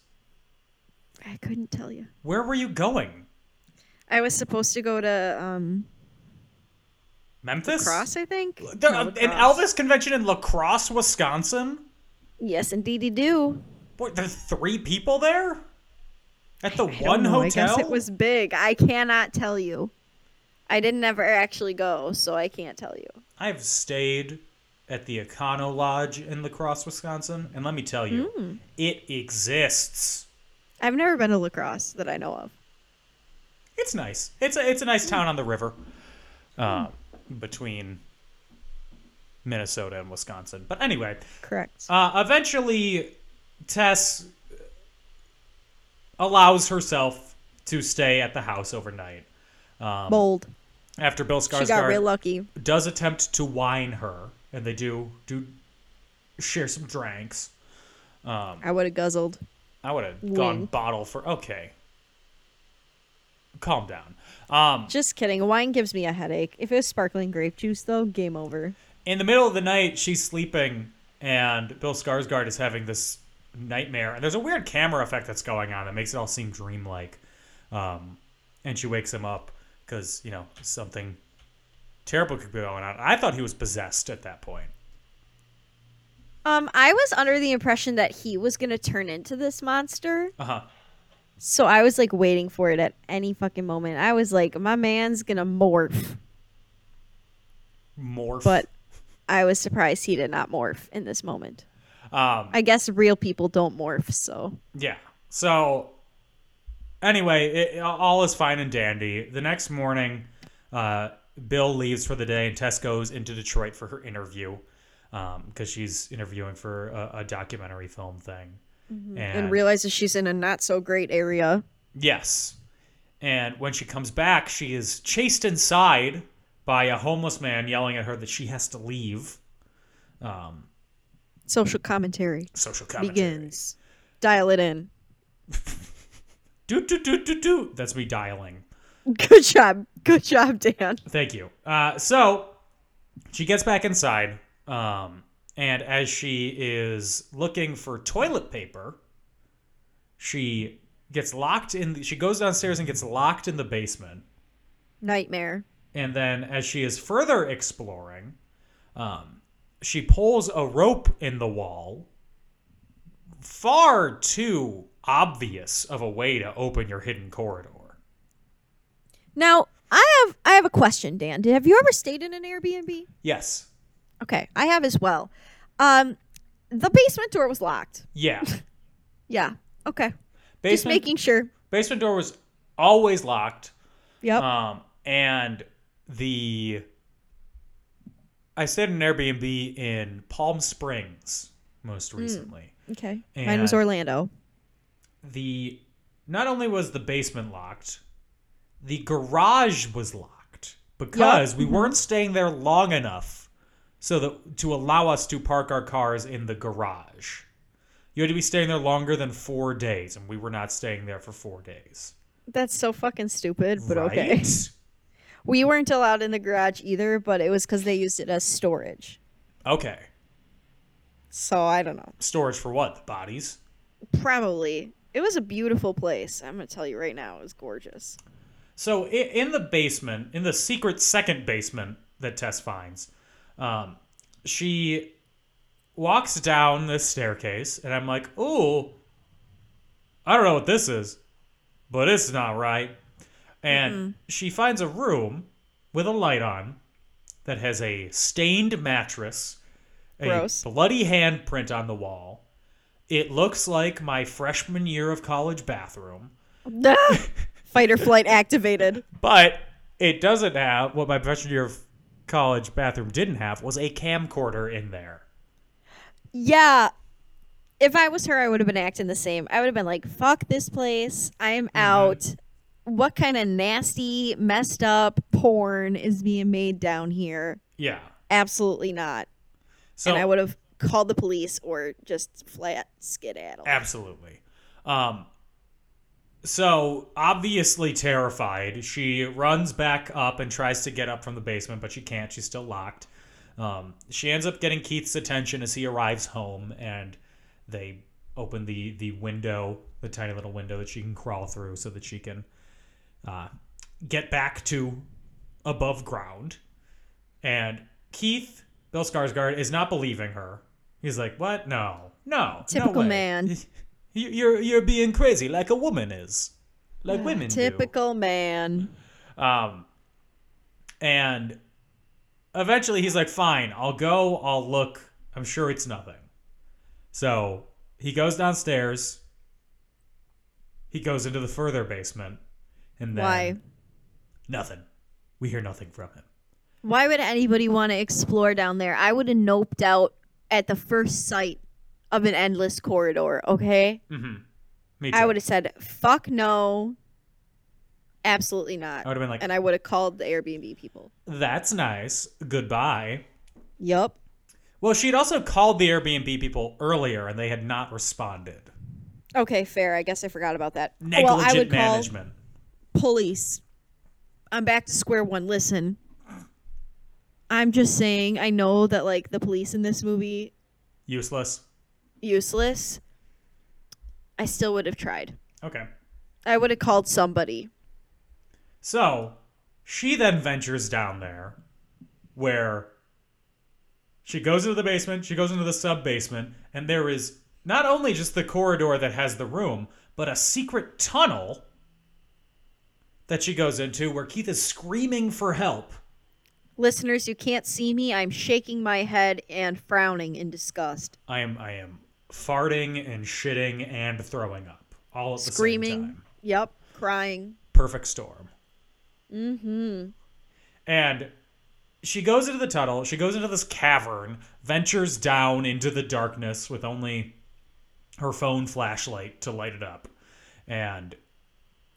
S2: I couldn't tell you.
S1: Where were you going?
S2: I was supposed to go to um,
S1: Memphis?
S2: Cross, I think.
S1: There-
S2: No,
S1: an
S2: Cross.
S1: Elvis convention in La Crosse, Wisconsin?
S2: Yes, indeedy do.
S1: What, there's three people there? At the
S2: I don't
S1: one
S2: know.
S1: hotel?
S2: I guess it was big. I cannot tell you. I didn't ever actually go, so I can't tell you.
S1: I've stayed at the Econo Lodge in La Crosse, Wisconsin, and let me tell you,
S2: Mm.
S1: it exists.
S2: I've never been to lacrosse that I know of.
S1: It's nice. It's a it's a nice town on the river, uh, between Minnesota and Wisconsin. But anyway,
S2: Correct.
S1: uh, eventually, Tess allows herself to stay at the house overnight Um,
S2: Bold.
S1: after Bill Skarsgård
S2: She got real lucky.
S1: does attempt to whine her, and they do do share some drinks. Um,
S2: I would have guzzled.
S1: I would have gone bottle for okay. Calm down. Um,
S2: Just kidding. Wine gives me a headache. If it was sparkling grape juice, though, game over.
S1: in the middle of the night, she's sleeping, and Bill Skarsgård is having this nightmare. And there's a weird camera effect that's going on that makes it all seem dreamlike. Um, and she wakes him up because you know something terrible could be going on. I thought he was possessed at that point.
S2: Um, I was under the impression that he was gonna turn into this monster,
S1: Uh huh.
S2: so I was like waiting for it at any fucking moment. I was like, my man's gonna morph,
S1: Morph.
S2: but I was surprised he did not morph in this moment.
S1: um,
S2: I guess real people don't morph, so
S1: Yeah. So anyway, it, all is fine and dandy. The next morning, uh, Bill leaves for the day, and Tess goes into Detroit for her interview because she's interviewing for a, a documentary film thing. And,
S2: and realizes she's in a not so great area.
S1: yes, and when she comes back, she is chased inside by a homeless man yelling at her that she has to leave. Um,
S2: Social commentary
S1: social commentary.
S2: begins. Dial it in. *laughs*
S1: Do do do do do. That's me dialing.
S2: Good job. Good job, Dan.
S1: Thank you. Uh, so she gets back inside, um, and as she is looking for toilet paper, she gets locked in. The, she goes downstairs and gets locked in the basement.
S2: Nightmare.
S1: And then, as she is further exploring, um, she pulls a rope in the wall. Far too obvious of a way to open your hidden corridor.
S2: Now, I have I have a question, Dan. Did, have you ever stayed in an Airbnb?
S1: Yes.
S2: Okay, I have as well. Um, the basement door was locked.
S1: Yeah.
S2: Yeah. Okay. Just
S1: Basement
S2: making sure.
S1: basement door was always locked.
S2: Yep.
S1: Um, and the I stayed in an Airbnb in Palm Springs most
S2: Hmm.
S1: recently.
S2: okay.
S1: and-
S2: Mine was Orlando.
S1: The not only was the basement locked, the garage was locked because we weren't staying there long enough so that to allow us to park our cars in the garage. You had to be staying there longer than four days, and we were not staying there for four days.
S2: That's so fucking stupid, but okay.
S1: Right?
S2: *laughs* We weren't allowed in the garage either, but it was because they used it as storage.
S1: Okay.
S2: So I don't know.
S1: Storage for what? The bodies?
S2: Probably. It was a beautiful place. I'm gonna tell you right now, it was gorgeous.
S1: So i- in the basement, in the secret second basement that Tess finds, um, she walks down this staircase, and I'm like, "Ooh, I don't know what this is, but it's not right." And she finds a room with a light on that has a stained mattress, a
S2: Gross.
S1: bloody handprint on the wall. It looks like my freshman year of college bathroom.
S2: Fight or flight activated.
S1: But it doesn't have what my freshman year of college bathroom didn't have was a camcorder in there.
S2: Yeah. If I was her, I would have been acting the same. I would have been like, fuck this place. I'm out. What kind of nasty, messed up porn is being made down here?
S1: Yeah.
S2: Absolutely not.
S1: So
S2: and I would have called the police or just flat skedaddle.
S1: absolutely. Um so obviously terrified, she runs back up and tries to get up from the basement, but she can't. She's still locked. Um, she ends up getting Keith's attention as he arrives home, and they open the the window, the tiny little window that she can crawl through, so that she can uh, get back to above ground. And Keith, Bill Skarsgård, is not believing her. He's like, "What? No, no,
S2: Typical
S1: no way.
S2: man.
S1: *laughs* You- You're you're being crazy, like a woman is, like women do."
S2: Typical man.
S1: Um, and eventually he's like, fine, I'll go, I'll look. I'm sure it's nothing. So he goes downstairs. He goes into the further basement. And then
S2: Why?
S1: nothing. We hear nothing from him.
S2: Why would anybody want to explore down there? I would have noped out at the first sight of an endless corridor, okay?
S1: Me
S2: I
S1: too.
S2: would have said, fuck no. Absolutely not.
S1: I would've been like-
S2: and I would have called the Airbnb people.
S1: That's nice. Goodbye.
S2: Yup.
S1: Well, she'd also called the Airbnb people earlier and they had not responded.
S2: Okay, fair. I guess I forgot about that.
S1: Negligent
S2: well, I would
S1: management.
S2: call police. I'm back to square one. Listen, I'm just saying. I know that like the police in this movie
S1: Useless.
S2: useless. I still would have tried.
S1: Okay.
S2: I would have called somebody.
S1: So she then ventures down there where she goes into the basement, she goes into the sub basement, and there is not only just the corridor that has the room, but a secret tunnel that she goes into where Keith is screaming for help.
S2: Listeners, you can't see me. I'm shaking my head and frowning in disgust,
S1: I am I am farting and shitting and throwing up all at the same
S2: screaming.
S1: time.
S2: Yep, crying.
S1: perfect storm. Mm-hmm. And she goes into the tunnel. She goes into this cavern, ventures down into the darkness with only her phone flashlight to light it up, and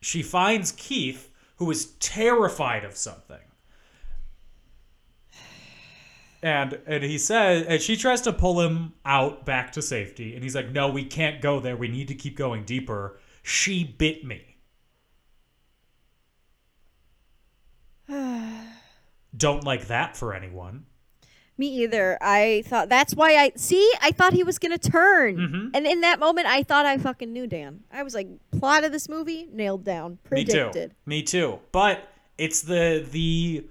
S1: she finds Keith, who is terrified of something. And and he says, and she tries to pull him out back to safety, and he's like, "No, we can't go there. We need to keep going deeper." She bit me. don't like that for anyone.
S2: Me either. I thought that's why I see. I thought he was gonna turn,
S1: Mm-hmm.
S2: and in that moment, I thought I fucking knew Dan. I was like, plot of this movie nailed down, predicted.
S1: Me too. Me too. But it's the the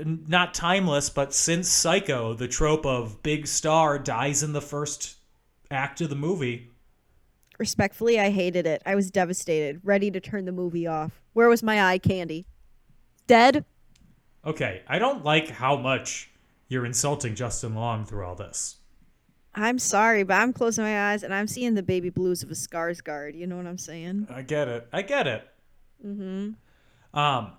S1: n- not timeless, but since Psycho, the trope of big star dies in the first act of the movie.
S2: Respectfully, I hated it. I was devastated, ready to turn the movie off. Where was my eye candy? Dead.
S1: Okay, I don't like how much you're insulting Justin Long through all this.
S2: I'm sorry, but I'm closing my eyes and I'm seeing the baby blues of a scars guard. You know what I'm saying?
S1: I get it. I get it. Mm-hmm. Um.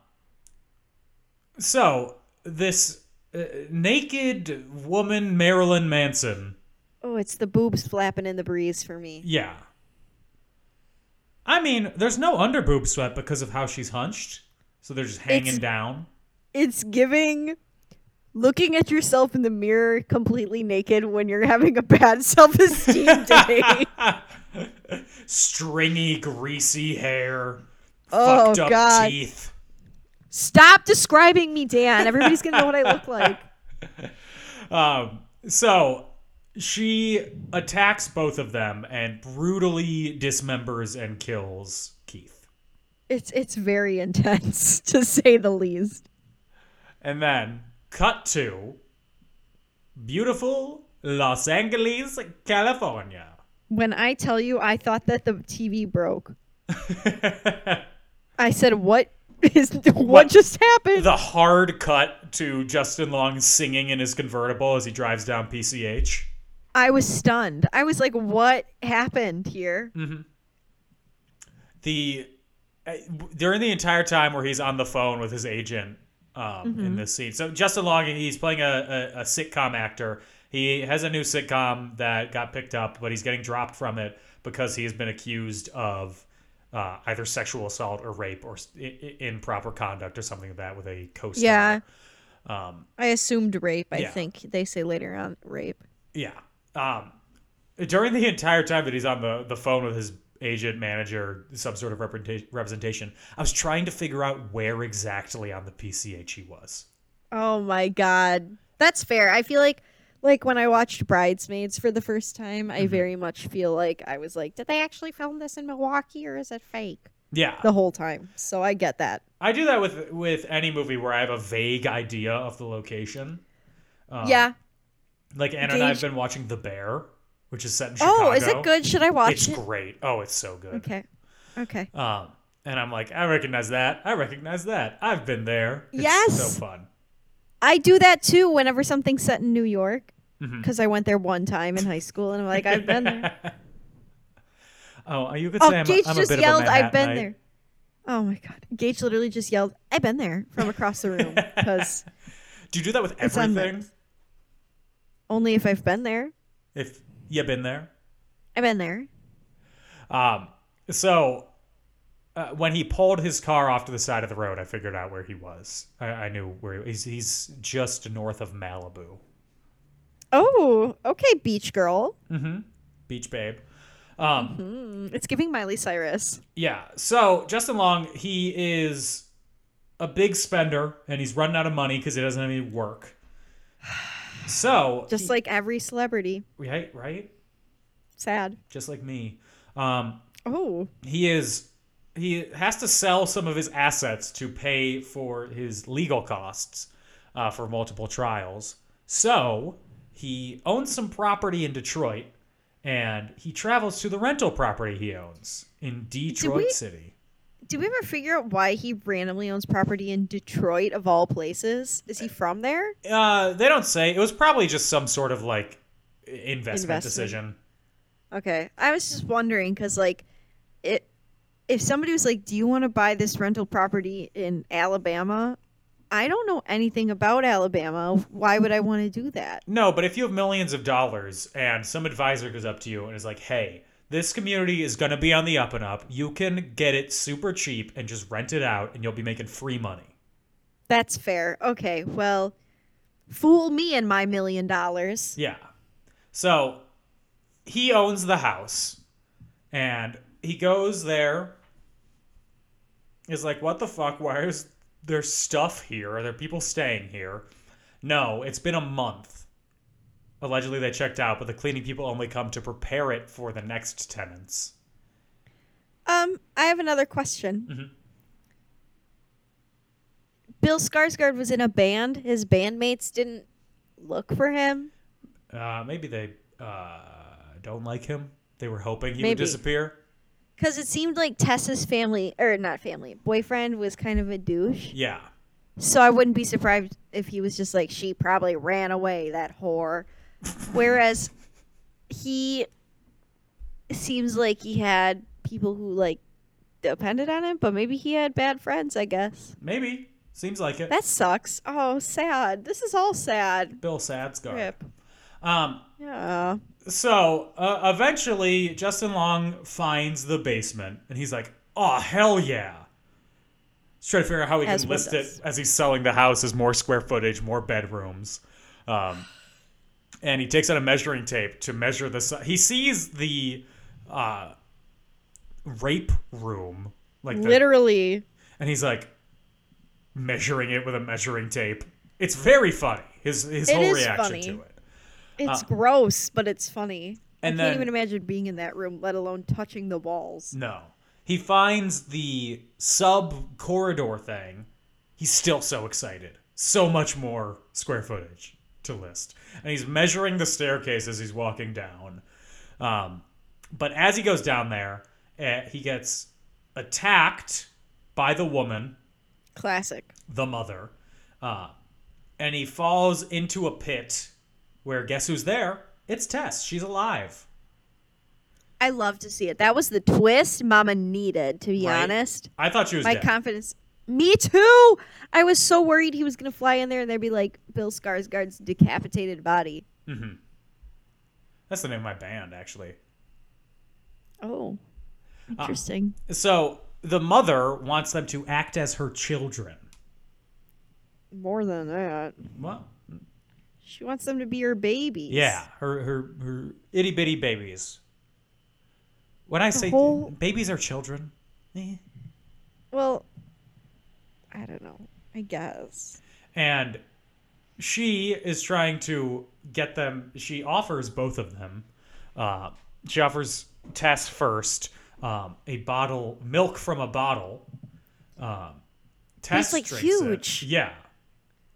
S1: So this uh, naked woman, Marilyn Manson.
S2: Oh, it's the boobs flapping in the breeze for me.
S1: Yeah. I mean, there's no underboob sweat because of how she's hunched. So they're just hanging
S2: It's-
S1: down.
S2: it's giving looking at yourself in the mirror completely naked when you're having a bad *laughs* self-esteem day.
S1: Stringy, greasy hair.
S2: Oh,
S1: fucked up
S2: God.
S1: teeth.
S2: Stop describing me, Dan. Everybody's going to know what I look like.
S1: Um, so she attacks both of them and brutally dismembers and kills Keith.
S2: It's it's very intense *laughs* to say the least.
S1: And then cut to beautiful Los Angeles, California. *laughs*
S2: When I tell you I thought that the TV broke. I said what *laughs* is what, just
S1: *laughs*
S2: happened?
S1: the hard cut to Justin Long singing in his convertible as he drives down PCH.
S2: I was stunned. I was like what happened here?
S1: Hmm. The uh, during the entire time where he's on the phone with his agent um, in this scene. So Justin Long, he's playing a, a, a sitcom actor. He has a new sitcom that got picked up, but he's getting dropped from it because he has been accused of uh, either sexual assault or rape or s- i- i- improper conduct or something like that with a co-star.
S2: Yeah. I assumed rape. I
S1: Yeah.
S2: think they say later on rape.
S1: Yeah. Um, during the entire time that he's on the, the phone with his agent, manager, some sort of representa- representation, I was trying to figure out where exactly on the PCH he was.
S2: Oh my god. That's fair. I feel like like when I watched Bridesmaids for the first time,
S1: Mm-hmm.
S2: I very much feel like I was like, did they actually film this in Milwaukee or is it fake?
S1: Yeah,
S2: The whole time. So I get that.
S1: I do that with with any movie where I have a vague idea of the location. Um,
S2: yeah.
S1: like Anna and I have
S2: Gage-
S1: been watching The Bear, which is set in Chicago.
S2: Oh, is it good? Should I watch
S1: It's
S2: it?
S1: great. Oh, it's so good.
S2: Okay. Okay.
S1: Um, and I'm like, I recognize that. I recognize that. I've been there. It's
S2: Yes.
S1: so fun.
S2: I do that too whenever something's set in New York
S1: Mm-hmm.
S2: because I went there one time in high school and I'm like, I've
S1: *laughs*
S2: been there.
S1: Oh, you could
S2: Oh,
S1: say I'm,
S2: Gage
S1: a, I'm a
S2: just
S1: bit
S2: yelled,
S1: of a Manhattanite.
S2: I've been there. Oh my God. Gage literally just yelled, I've been there from across
S1: *laughs*
S2: the room because
S1: Do you do that with
S2: It's on
S1: everything?
S2: only if I've been there,
S1: If you've been there.
S2: I've been there.
S1: Um, so uh, when he pulled his car off to the side of the road, I figured out where he was. I, I knew where he he's. He's just north of Malibu.
S2: Oh, okay, beach girl. Mm,
S1: Beach Babe. Um,
S2: It's giving Miley Cyrus.
S1: Yeah. So Justin Long, he is a big spender and he's running out of money because he doesn't have any work. *sighs* So
S2: Just like every celebrity.
S1: right, right,
S2: Sad.
S1: just like me, um,
S2: Oh.
S1: he is he has to sell some of his assets to pay for his legal costs uh, for multiple trials. So he owns some property in Detroit and he travels to the rental property he owns in Detroit
S2: we-
S1: City.
S2: Did we ever figure out why he randomly owns property in Detroit of all places? Is he from there?
S1: Uh, they don't say. It was probably just some sort of like investment,
S2: Investment.
S1: decision.
S2: Okay. I was just wondering cuz like it if somebody was like, "Do you want to buy this rental property in Alabama?" I don't know anything about Alabama. Why would I want to do that?
S1: No, but if you have millions of dollars and some advisor goes up to you and is like, "Hey, this community is going to be on the up and up. You can get it super cheap and just rent it out, and you'll be making free money."
S2: That's fair. Okay. Well, fool me and my million dollars.
S1: Yeah. So he owns the house and he goes there. Is like, what the fuck? Why is there stuff here? Are there people staying here? No, it's been a month. Allegedly, they checked out, but the cleaning people only come to prepare it for the next tenants.
S2: Um, I have another question. Bill Skarsgård was in a band. His bandmates didn't look for him.
S1: Uh, maybe they uh, don't like him. They were hoping he would
S2: Maybe.
S1: disappear.
S2: Because it seemed like Tessa's family, or not family, boyfriend was kind of a douche.
S1: Yeah.
S2: So I wouldn't be surprised if he was just like, she probably ran away, that whore. Whereas he seems like he had people who like depended on him, but maybe he had bad friends, I guess.
S1: Maybe. Seems like it.
S2: That sucks. Oh, sad. This is all sad.
S1: Bill Sadsgaard.
S2: Rip.
S1: Um,
S2: Yeah.
S1: So uh, eventually, Justin Long finds the basement, and he's like, "Oh hell yeah!" He's trying to figure out how he
S2: As
S1: can
S2: one
S1: list
S2: does.
S1: it as he's selling the house as more square footage, more bedrooms. Um, and he takes out a measuring tape to measure the. si- He sees the uh, rape room, like the,
S2: Literally.
S1: and he's like measuring it with a measuring tape. It's very funny. His his
S2: It
S1: whole
S2: is
S1: reaction
S2: funny.
S1: to it.
S2: It's gross, but it's funny.
S1: Ah. and
S2: I
S1: then-
S2: can't even imagine being in that room, let alone touching the walls.
S1: No. He finds the sub corridor thing. He's still so excited. So much more square footage to list. And he's measuring the staircase as he's walking down. Um, but as he goes down there, eh, he gets attacked by the woman,
S2: Classic.
S1: the mother, uh, and he falls into a pit where guess who's there? It's Tess. She's alive.
S2: I love to see it. That was the twist Mama needed, to be
S1: Right?
S2: honest.
S1: I thought she *laughs* was
S2: My
S1: dead.
S2: confidence. Me too. I was so worried he was gonna fly in there and there'd be like Bill Skarsgård's decapitated body.
S1: That's the name of my band, actually.
S2: Oh,
S1: Ah.
S2: interesting.
S1: So the mother wants them to act as her children.
S2: More than that,
S1: Well,
S2: she wants them to be her babies.
S1: yeah, her her her itty bitty babies. When I say
S2: whole-
S1: babies are children, eh.
S2: Well, I don't know. I guess.
S1: and she is trying to get them. She offers both of them. Uh, she offers Tess first um, a bottle milk from a bottle. Um, Tess
S2: Tastes, like,
S1: drinks it.
S2: huge.
S1: Yeah,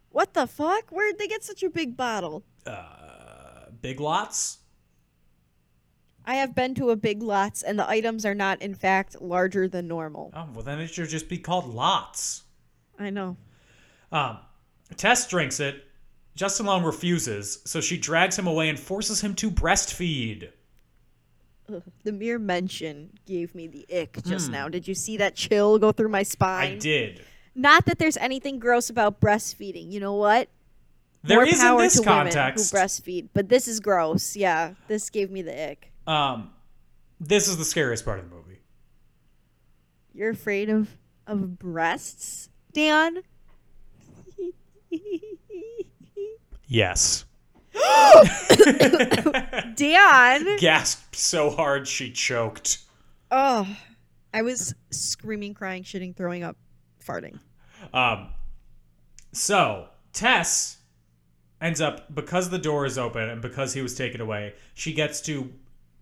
S2: What the fuck? Where'd they get such a big bottle?
S1: uh, big lots.
S2: I have been to a Big Lots, and the items are not, in fact, larger than normal.
S1: Oh, well, then it should just be called lots.
S2: I know.
S1: Um, Tess drinks it. Justin Long refuses, so she drags him away and forces him to breastfeed.
S2: The mere mention gave me the ick just now. Did you see that chill go through my spine?
S1: Hmm. I did.
S2: Not that there's anything gross about breastfeeding. You know what?
S1: There
S2: More
S1: is in
S2: power
S1: this
S2: to
S1: context.
S2: women who breastfeed, but this is gross. Yeah, this gave me the ick.
S1: um, this is the scariest part of the movie.
S2: You're afraid of of breasts, Dan?
S1: Yes.
S2: Dan?
S1: Gasped so hard she choked.
S2: Oh, I was screaming, crying, shitting, throwing up, farting.
S1: Um, so Tess ends up because the door is open and because he was taken away, she gets to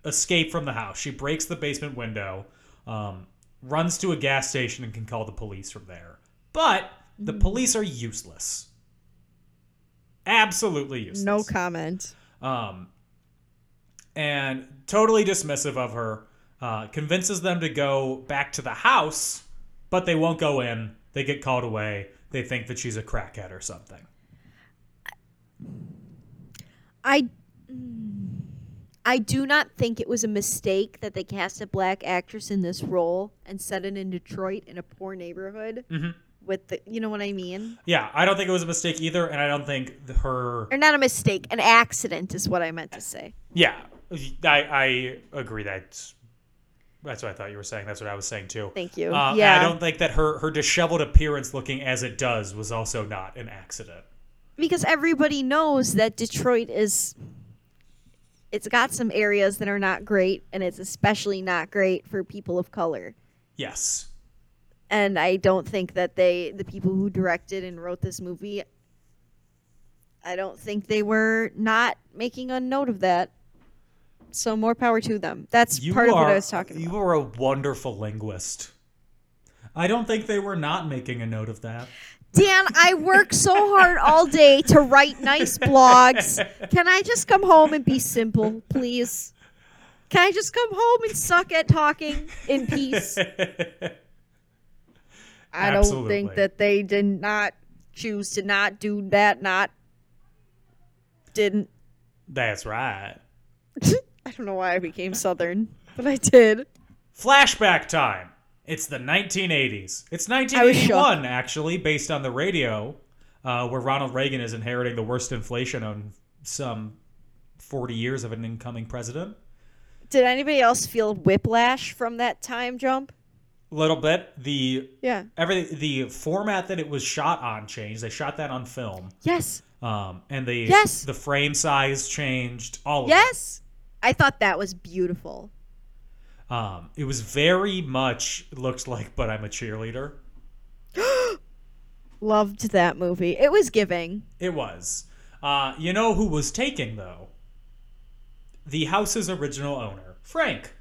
S1: escape from the house. She breaks the basement window, um, runs to a gas station, and can call the police from there. But the police are useless. Absolutely useless.
S2: No comment.
S1: Um, and totally dismissive of her, uh, convinces them to go back to the house, but they won't go in. They get called away. They think that she's a crackhead or something.
S2: I I do not think it was a mistake that they cast a black actress in this role and set it in Detroit in a poor neighborhood
S1: Mm-hmm.
S2: with the you know what I mean?
S1: Yeah, I don't think it was a mistake either, and I don't think th- her.
S2: Or not a mistake, an accident is what I meant to say.
S1: Yeah, I, I agree. That's that's what I thought you were saying. That's what I was saying too.
S2: Thank you.
S1: Uh, and
S2: yeah.
S1: I don't think that her her disheveled appearance, looking as it does, was also not an accident.
S2: because everybody knows that Detroit is it's got some areas that are not great and it's especially not great for people of color.
S1: Yes.
S2: and I don't think that they, the people who directed and wrote this movie, I don't think they were not making a note of that. So more power to them. That's
S1: You
S2: part of what
S1: are-
S2: I was talking about.
S1: You are a wonderful linguist. I don't think they were not making a note of that. *laughs*
S2: Dan, I work so hard all day to write nice blogs. Can I just come home and be simple, please? Can I just come home and suck at talking in peace? I don't
S1: Absolutely.
S2: think that they did not choose to not do that, not didn't. *laughs*
S1: That's right.
S2: I don't know why I became Southern, but I did.
S1: Flashback time. It's the 1980s. It's
S2: was
S1: 1981, actually, based on the radio, uh, where Ronald Reagan is inheriting the worst inflation on some 40 years of an incoming president.
S2: Did anybody else feel whiplash from that time jump?
S1: little bit. The
S2: Yeah.
S1: everything, the format that it was shot on changed. They shot that on film.
S2: Yes.
S1: Um, and the
S2: Yes.
S1: the frame size changed. All of
S2: Yes. I thought that was beautiful.
S1: it. Um, it was very much looked like, but I'm a cheerleader.
S2: Loved that movie. It was giving.
S1: It was. Uh, you know who was taking though? The house's original owner, Frank.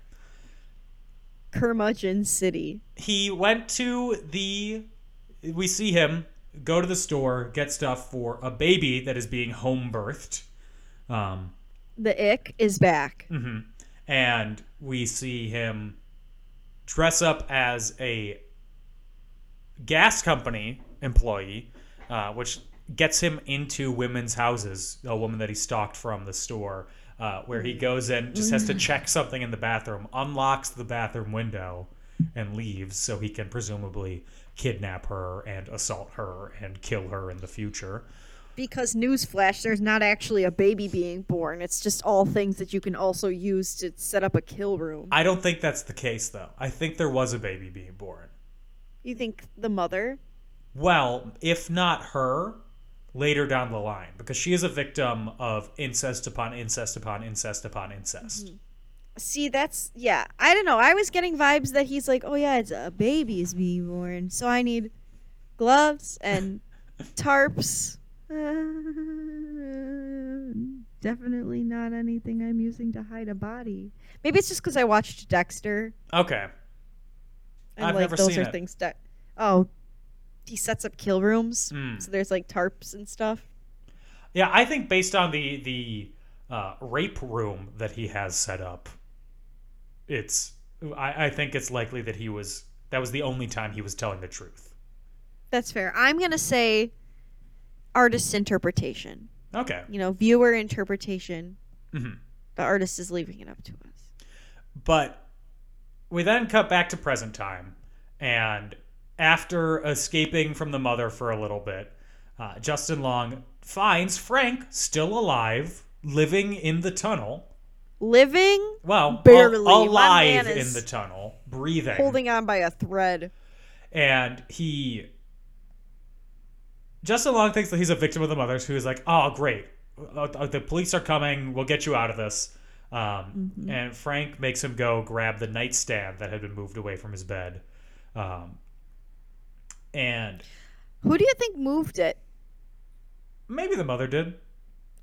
S2: Curmudgeon City.
S1: He went to the. We see him go to the store, get stuff for a baby that is being home birthed. Um,
S2: The ick is back.
S1: and we see him dress up as a gas company employee, uh, which gets him into women's houses. A woman that he stalked from the store, uh, where he goes in, just has to check something in the bathroom, unlocks the bathroom window, and leaves so he can presumably kidnap her and assault her and kill her in the future.
S2: Because newsflash, there's not actually a baby being born. It's just all things that you can also use to set up a kill room.
S1: I don't think that's the case though. I think there was a baby being born.
S2: You think the mother?
S1: Well, if not her, later down the line, because she is a victim of incest upon incest upon incest upon incest.
S2: See, that's yeah. I don't know. I was getting vibes that he's like, oh yeah, it's a
S1: *laughs*
S2: baby is being born, so I need gloves and tarps *laughs* Uh, definitely not anything I'm using to hide a body. Maybe it's just because I watched Dexter.
S1: Okay.
S2: And
S1: I've
S2: like
S1: never
S2: those
S1: seen
S2: are
S1: it.
S2: things that oh, he sets up kill rooms.
S1: Mm.
S2: So there's like tarps and stuff.
S1: Yeah, I think based on the the uh, rape room that he has set up, it's I, I think it's likely that he was that was the only time he was telling the truth.
S2: That's fair. I'm gonna say artist's interpretation.
S1: Okay,
S2: You know, viewer interpretation.
S1: Mhm.
S2: The artist is leaving it up to us.
S1: but we then cut back to present time, and after escaping from the mother for a little bit, uh, Justin Long finds Frank still alive, living in the tunnel.
S2: Living,
S1: Well,
S2: Barely. My
S1: al- alive
S2: man
S1: in
S2: is
S1: the tunnel, breathing,
S2: holding on by a thread.
S1: and he Justin Long thinks that he's a victim of the mothers who is like, oh, great. Uh, uh, The police are coming. We'll get you out of this. Um,
S2: Mm-hmm.
S1: And Frank makes him go grab the nightstand that had been moved away from his bed. Um, and
S2: Who do you think moved it?
S1: maybe the mother did.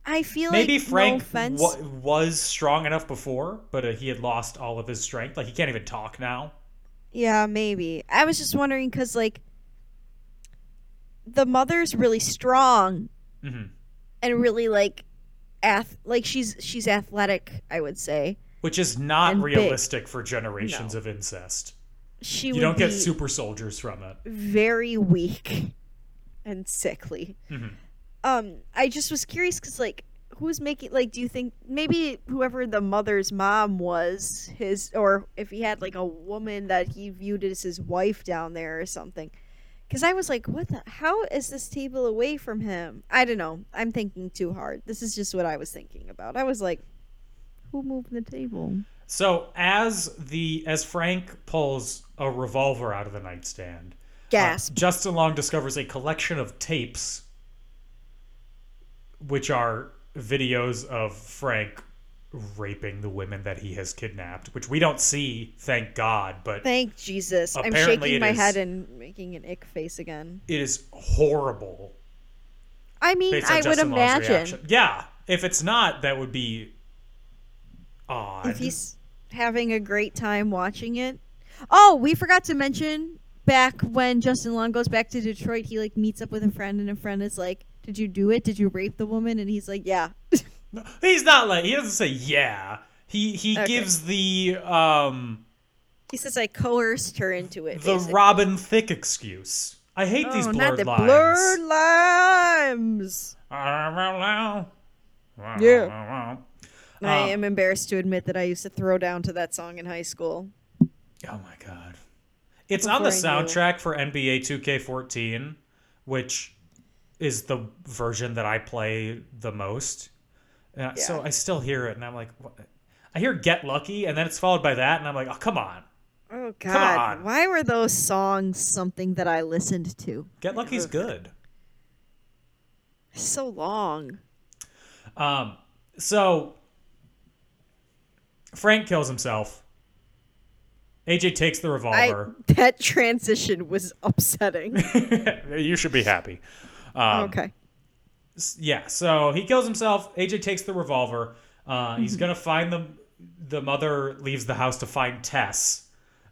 S2: I feel
S1: Maybe
S2: like no
S1: Frank
S2: offense.
S1: wa- was strong enough before, but uh, he had lost all of his strength. Like, he can't even talk now.
S2: Yeah, maybe. I was just wondering because, like, the mother's really strong
S1: Mhm.
S2: and really like, ath- like she's she's athletic. I would say
S1: Which is not
S2: And big.
S1: realistic for generations of incest.
S2: she
S1: You
S2: would
S1: don't
S2: be
S1: get super soldiers from it.
S2: very weak and sickly.
S1: Mm-hmm.
S2: Um, I just was curious because, like, who's making? Like, do you think maybe whoever the mother's mom was his, or if he had like a woman that he viewed as his wife down there or something? Because I was like, what the? How is this table away from him? I don't know. I'm thinking too hard. This is just what I was thinking about. I was like, who moved the
S1: Uh,
S2: table?
S1: So as the as Frank pulls a revolver out of the nightstand, uh,
S2: Gasp.
S1: Justin Long discovers a collection of tapes, which are videos of Frank raping the women that he has kidnapped, which we don't see, thank God, but
S2: Thank Jesus. I'm
S1: Apparently it
S2: shaking my
S1: is-
S2: head and making an ick face again.
S1: it is horrible
S2: I mean,
S1: based on
S2: I would
S1: Justin Long's
S2: imagine
S1: reaction. Yeah. If it's not, that would be odd.
S2: if he's having a great time watching it. Oh, we forgot to mention back when Justin Long goes back to Detroit, he like meets up with a friend, and a friend is like, "Did you do it? Did you rape the woman?" And he's like, "Yeah." *laughs*
S1: He's not like he doesn't say yeah. He he
S2: Okay.
S1: gives the um
S2: He says, "I coerced her into it."
S1: the
S2: basically.
S1: Robin Thicke excuse. I hate
S2: Oh,
S1: these blurred
S2: not the
S1: lines.
S2: blurred lines.
S1: Uh-huh.
S2: Yeah. I am embarrassed to admit that I used to throw down to that song in high school.
S1: Oh my god. It's on the
S2: Before I knew.
S1: soundtrack for NBA 2K14, which is the version that I play the most. And I- So I still hear it, and I'm like, what? I hear "Get Lucky," and then it's followed by that, and I'm like, oh come on,
S2: Oh God!
S1: on.
S2: Why were those songs something that I listened to?
S1: "Get Lucky's good."
S2: So long.
S1: Um, so Frank kills himself. AJ takes the revolver.
S2: I, that transition was
S1: *laughs*
S2: upsetting.
S1: you should be happy.
S2: okay.
S1: S- Yeah. So he kills himself. AJ takes the revolver. Uh, He's
S2: Mhm.
S1: gonna find the the mother leaves the house to find Tess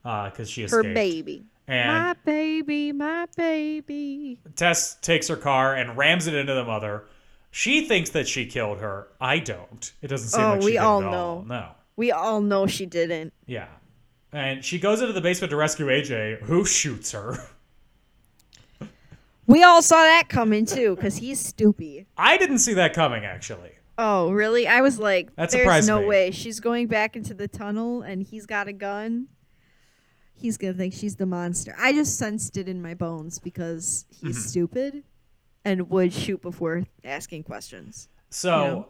S1: because she
S2: Her
S1: escaped.
S2: baby.
S1: And
S2: my baby, my baby.
S1: Tess takes her car and rams it into the mother. She thinks that she killed her. I don't. It doesn't seem
S2: Oh,
S1: like she
S2: we
S1: did
S2: all
S1: at all.
S2: know.
S1: No.
S2: We all know she didn't.
S1: Yeah. And she goes into the basement to rescue AJ, who shoots her.
S2: We all saw that coming too, because he's stupid.
S1: I didn't see that coming, actually.
S2: Oh, really? I was like,
S1: That
S2: there's
S1: surprised
S2: no
S1: me.
S2: way. She's going back into the tunnel and he's got a gun. He's going to think she's the monster. I just sensed it in my bones because he's
S1: Mm-hmm.
S2: stupid and would shoot before asking questions.
S1: So
S2: Yeah.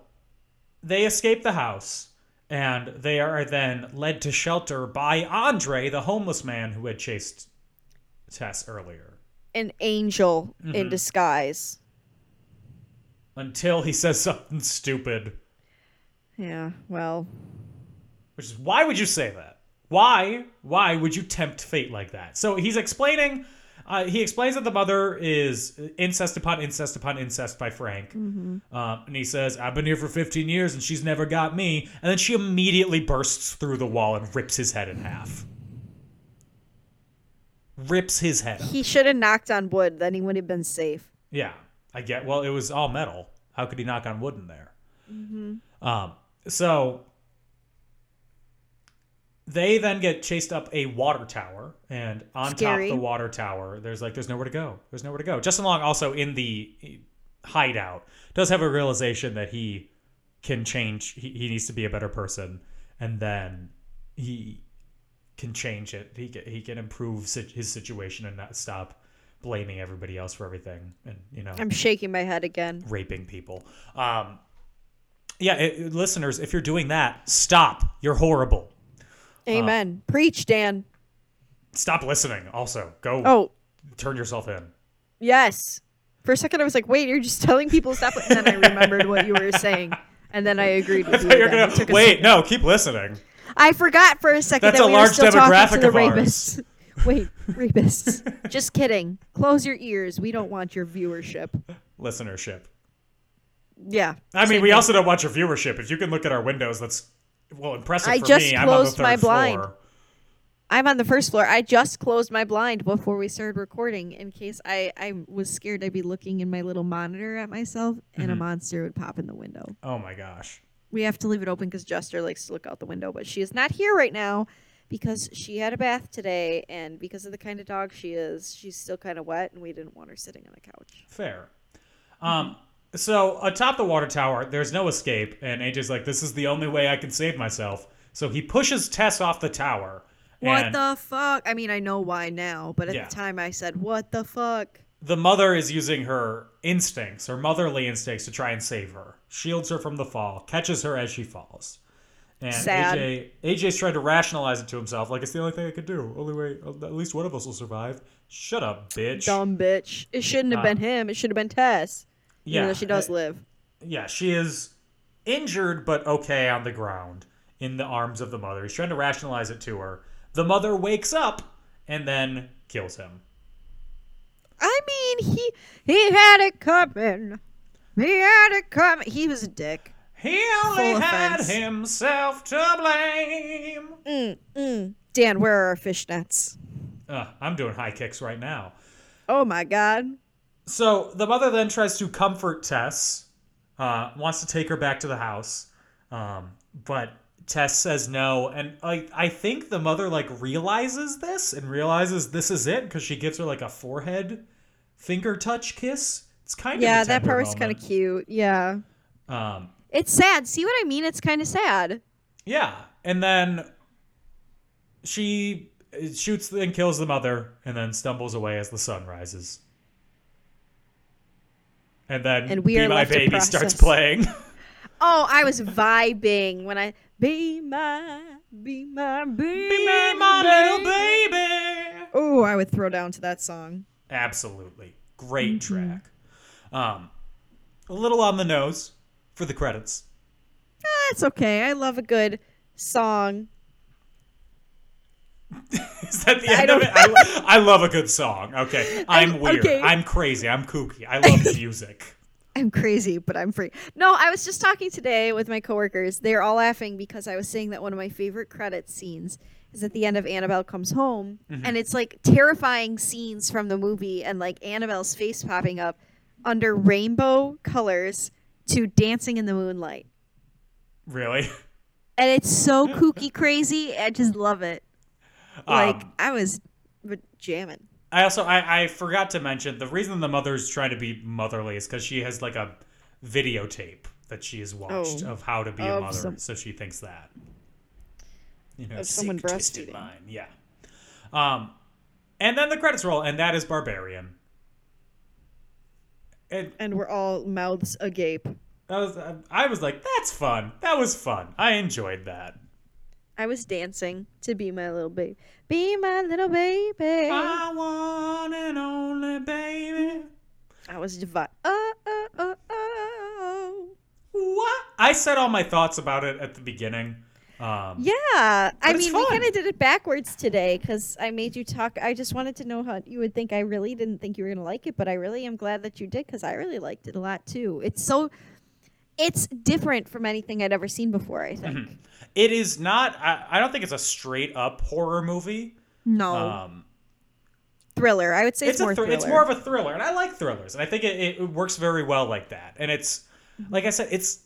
S1: they escape the house and they are then led to shelter by Andre, the homeless man who had chased Tess earlier,
S2: An angel
S1: Mm-hmm.
S2: in disguise.
S1: until he says something stupid,
S2: Yeah, well,
S1: which is why would you say that? Why? Why would you tempt fate like that? So he's explaining Uh, he explains that the mother is incest upon incest upon incest by Frank. Um, and he says, I've been here for 15 years and she's never got me. And then she immediately bursts through the wall and rips his head in half. Rips his head off.
S2: He should have knocked on wood, then he would have been safe.
S1: Yeah, I get. Well, it was all metal. How could he knock on wood in there? Um, so they then get chased up a water tower, and on
S2: Scary.
S1: top of the water tower, there's like there's nowhere to go. There's nowhere to go. Justin Long also in the eh, hideout does have a realization that he can change. He, he needs to be a better person, and then he can change it. He can, he can improve sit- his situation and not stop blaming everybody else for everything and you know
S2: I'm shaking my head again.
S1: raping people. Um, yeah, it, listeners, if you're doing that, stop. You're horrible.
S2: Amen. Preach, Dan.
S1: Stop listening. Also, go
S2: Oh,
S1: turn yourself
S2: *laughs*
S1: in.
S2: yes. For a second, I was like, wait, you're just telling people to stop. And then I remembered what you were saying. And then I
S1: *laughs*
S2: agreed with you.
S1: You're
S2: again. It
S1: gonna
S2: took a
S1: wait. No, keep listening.
S2: I forgot for a second
S1: That's
S2: that
S1: a
S2: we
S1: large
S2: were still talking
S1: demographic
S2: to the
S1: of
S2: rapists. *laughs* Wait,
S1: *laughs*
S2: rapists. Just kidding. Close your ears. We don't want your viewership.
S1: Listenership.
S2: Yeah.
S1: I mean, we also don't want your viewership. If you can look at our windows, that's well impressive
S2: I
S1: for
S2: just
S1: me. I'm on the
S2: closed
S1: third
S2: my blind.
S1: floor.
S2: I'm on the first floor. I just closed my blind before we started recording in case I, I was scared I'd be looking in my little monitor at myself and
S1: Mm-hmm.
S2: a monster would pop in the window.
S1: Oh my gosh.
S2: We have to leave it open because Jester likes to look out the window, but she is not here right now because she had a bath today and because of the kind of dog she is, she's still kind of wet and we didn't want her sitting on the couch.
S1: Fair. Um, so atop the water tower, there's no escape, and AJ's like, "This is the only way I can save myself." So he pushes Tess off the tower.
S2: What
S1: and
S2: the fuck? I mean, I know why now, but at
S1: Yeah.
S2: the time I said, "What the fuck?"
S1: the mother is using her instincts, her motherly instincts, to try and save her. Shields her from the fall, catches her as she falls. And
S2: Sad.
S1: AJ, AJ's trying to rationalize it to himself, like it's the only thing I could do. Only way, at least one of us will survive. Shut up, bitch.
S2: Dumb bitch. It shouldn't
S1: Uh.
S2: have been him. It should have been Tess. Yeah, even though she does live.
S1: yeah, she is injured but okay on the ground in the arms of the mother. He's trying to rationalize it to her. The mother wakes up and then kills him.
S2: I mean, he he had it coming. He had it coming. He was a dick.
S1: He only
S2: Full
S1: had
S2: offense.
S1: himself to blame.
S2: Dan, where are our fishnets?
S1: Ugh, I'm doing high kicks right now.
S2: Oh my god.
S1: So the mother then tries to comfort Tess, uh, wants to take her back to the house, um, but Tess says no. And I, I think the mother like realizes this and realizes this is it because she gives her like a forehead finger touch kiss. It's kind of
S2: Yeah,
S1: a
S2: that
S1: tender
S2: part was kind of
S1: moment.
S2: cute. Yeah.
S1: Um,
S2: It's sad. See what I mean? It's kind of sad.
S1: yeah, and then she shoots and kills the mother, and then stumbles away as the sun rises. And then
S2: And we
S1: "Be
S2: are
S1: My
S2: left to
S1: Baby" starts
S2: process.
S1: playing. *laughs*
S2: Oh, I was vibing when I be my be my be,
S1: Be my little baby.
S2: Oh, I would throw down to that song.
S1: Absolutely. Great track. Um, a little on the nose for the credits. *laughs*
S2: That's okay. I love a good song.
S1: Is that the end of it? I, lo- I love a good song. Okay. I'm weird.
S2: okay.
S1: I'm crazy. I'm kooky. I love music.
S2: I'm crazy, but I'm free. No, I was just talking today with my coworkers. They're all laughing because I was saying that one of my favorite credit scenes is at the end of Annabelle Comes Home, and it's like terrifying scenes from the movie and like Annabelle's face popping up under rainbow colors to Dancing in the Moonlight.
S1: Really?
S2: And it's so kooky crazy. I just love it. Like
S1: Um,
S2: I was re- jamming.
S1: I also I, I forgot to mention the reason the mother's trying to be motherly is because she has like a videotape that she has watched
S2: Oh.
S1: of how to be a
S2: Of
S1: mother,
S2: some-
S1: so she thinks that. You know,
S2: Of someone
S1: sick, twisted
S2: breastfeeding.
S1: mind, yeah. Um, and then the credits roll, and that is Barbarian. And
S2: And we're all mouths agape.
S1: I was uh, I was like, that's fun. That was fun. I enjoyed that.
S2: I was dancing to be my little baby. Be my little baby.
S1: My one and only baby.
S2: I was divi- oh, oh, oh, oh.
S1: What? I said all my thoughts about it at the beginning. Um,
S2: Yeah, I
S1: it's
S2: mean, we
S1: fun.
S2: kind of did it backwards today because I made you talk. I just wanted to know how you would think. I really didn't think you were gonna like it, but I really am glad that you did because I really liked it a lot too. It's so, it's different from anything I'd ever seen before. I
S1: Mm-hmm.
S2: think.
S1: It is not. I, I don't think it's a straight up horror movie.
S3: No.
S1: Um,
S2: Thriller. I would say it's,
S1: it's,
S2: more
S1: a thr-
S2: thriller.
S1: it's more of a thriller and i like thrillers and i think it, it- it works very well like that and it's
S2: Mm-hmm.
S1: like i said it's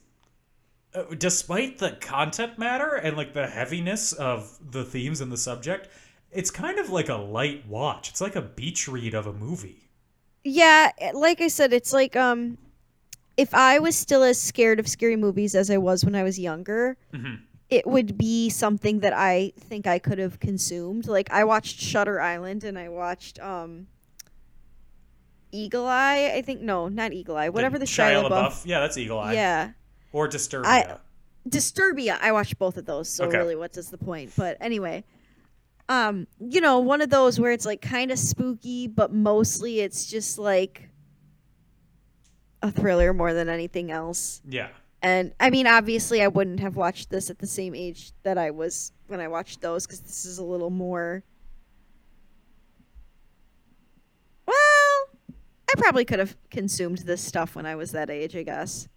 S1: uh, despite the content matter and like the heaviness of the themes and the subject it's kind of like a light watch it's like a beach read of a movie
S2: Yeah, it- like I said, it's like um if I was still as scared of scary movies as I was when I was younger, it would be something that I think I could have consumed. Like I watched Shutter Island and I watched um Eagle Eye, I think no, not Eagle Eye, whatever the, Shia, LaBeouf.
S1: yeah that's eagle eye
S2: Yeah.
S1: or disturbia
S2: I- Disturbia. I watched both of those, so
S1: Okay.
S2: really, what does the point? But anyway, um, you know, one of those where it's like kind of spooky, but mostly it's just like a thriller more than anything else.
S1: yeah
S2: And I mean, obviously, I wouldn't have watched this at the same age that I was when I watched those because this is a little more. Well, I probably could have consumed this stuff when I was that age, I guess.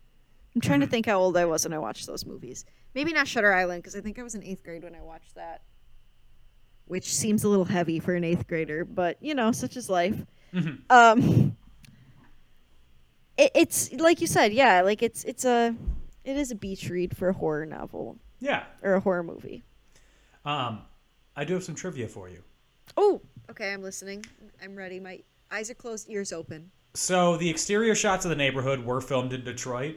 S2: I'm trying to think how old I was when I watched those movies. Maybe not Shutter Island because I think I was in eighth grade when I watched that, which seems a little heavy for an eighth grader, but you know, such is life. Um it, it's like you said, yeah, like it's it's a it is a beach read for a horror novel
S1: yeah
S2: or a horror movie.
S1: um i do have some trivia for you
S2: Oh, okay, I'm listening. I'm ready. My eyes are closed, ears open.
S1: so the exterior shots of the neighborhood were filmed in detroit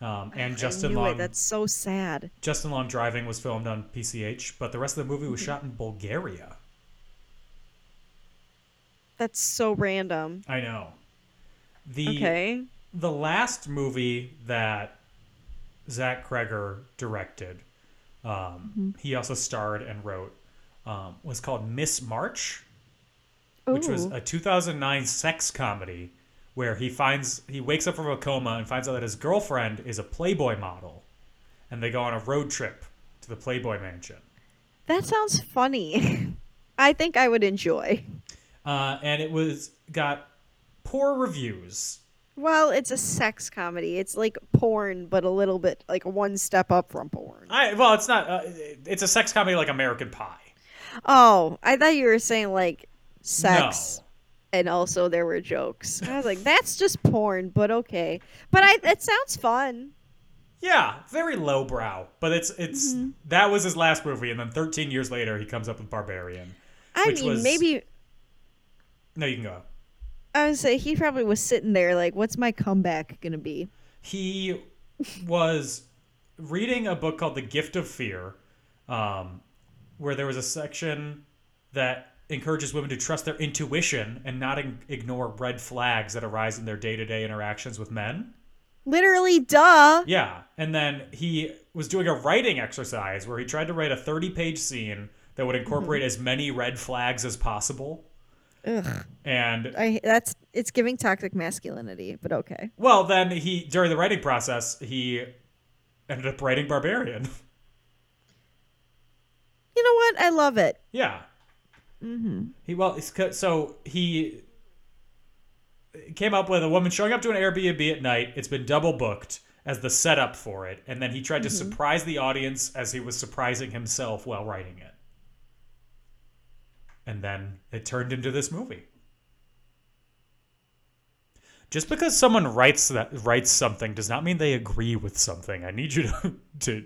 S1: um, and
S2: I
S1: justin
S2: knew
S1: long
S2: it. That's so sad.
S1: Justin Long Driving was filmed on PCH, but the rest of the movie was shot in Bulgaria.
S2: That's so random.
S1: I know. The
S2: Okay.
S1: the last movie that Zach Kreger directed, um, he also starred and wrote, um, was called Miss March, which was
S2: Ooh.
S1: a 2009 sex comedy where he finds he wakes up from a coma and finds out that his girlfriend is a Playboy model, and they go on a road trip to the Playboy mansion.
S2: That sounds funny. *laughs* I think I would enjoy.
S1: uh, and it was got poor reviews.
S2: Well, it's a sex comedy. It's like porn, but a little bit like one step up from porn.
S1: I well, it's not. Uh, it's a sex comedy like American Pie.
S2: Oh, I thought you were saying like sex.
S1: No.
S2: And also there were jokes. I was like, that's just porn, but okay. But I that sounds fun.
S1: Yeah, very lowbrow, but it's it's that was his last movie, and then 13 years later he comes up with Barbarian.
S2: I
S1: Which
S2: mean,
S1: was-
S2: maybe
S1: No, you can go.
S2: I would say he probably was sitting there like, what's my comeback gonna be?
S1: He was reading a book called The Gift of Fear, um, where there was a section that encourages women to trust their intuition and not ig- ignore red flags that arise in their day-to-day interactions with men.
S2: Literally, duh.
S1: Yeah, and then he was doing a writing exercise where he tried to write a 30-page scene that would incorporate as many red flags as possible. And
S2: I that's it's giving toxic masculinity, but okay.
S1: well, then he during the writing process, he ended up writing Barbarian. *laughs*
S2: You know what? I love it.
S1: yeah.
S2: Mm-hmm.
S1: He well, it's co- so he came up with a woman showing up to an Airbnb at night. It's been double booked as the setup for it, and then he tried to
S2: Mm-hmm.
S1: surprise the audience as he was surprising himself while writing it. And then it turned into this movie. Just because someone writes that writes something does not mean they agree with something. I need you to, *laughs* to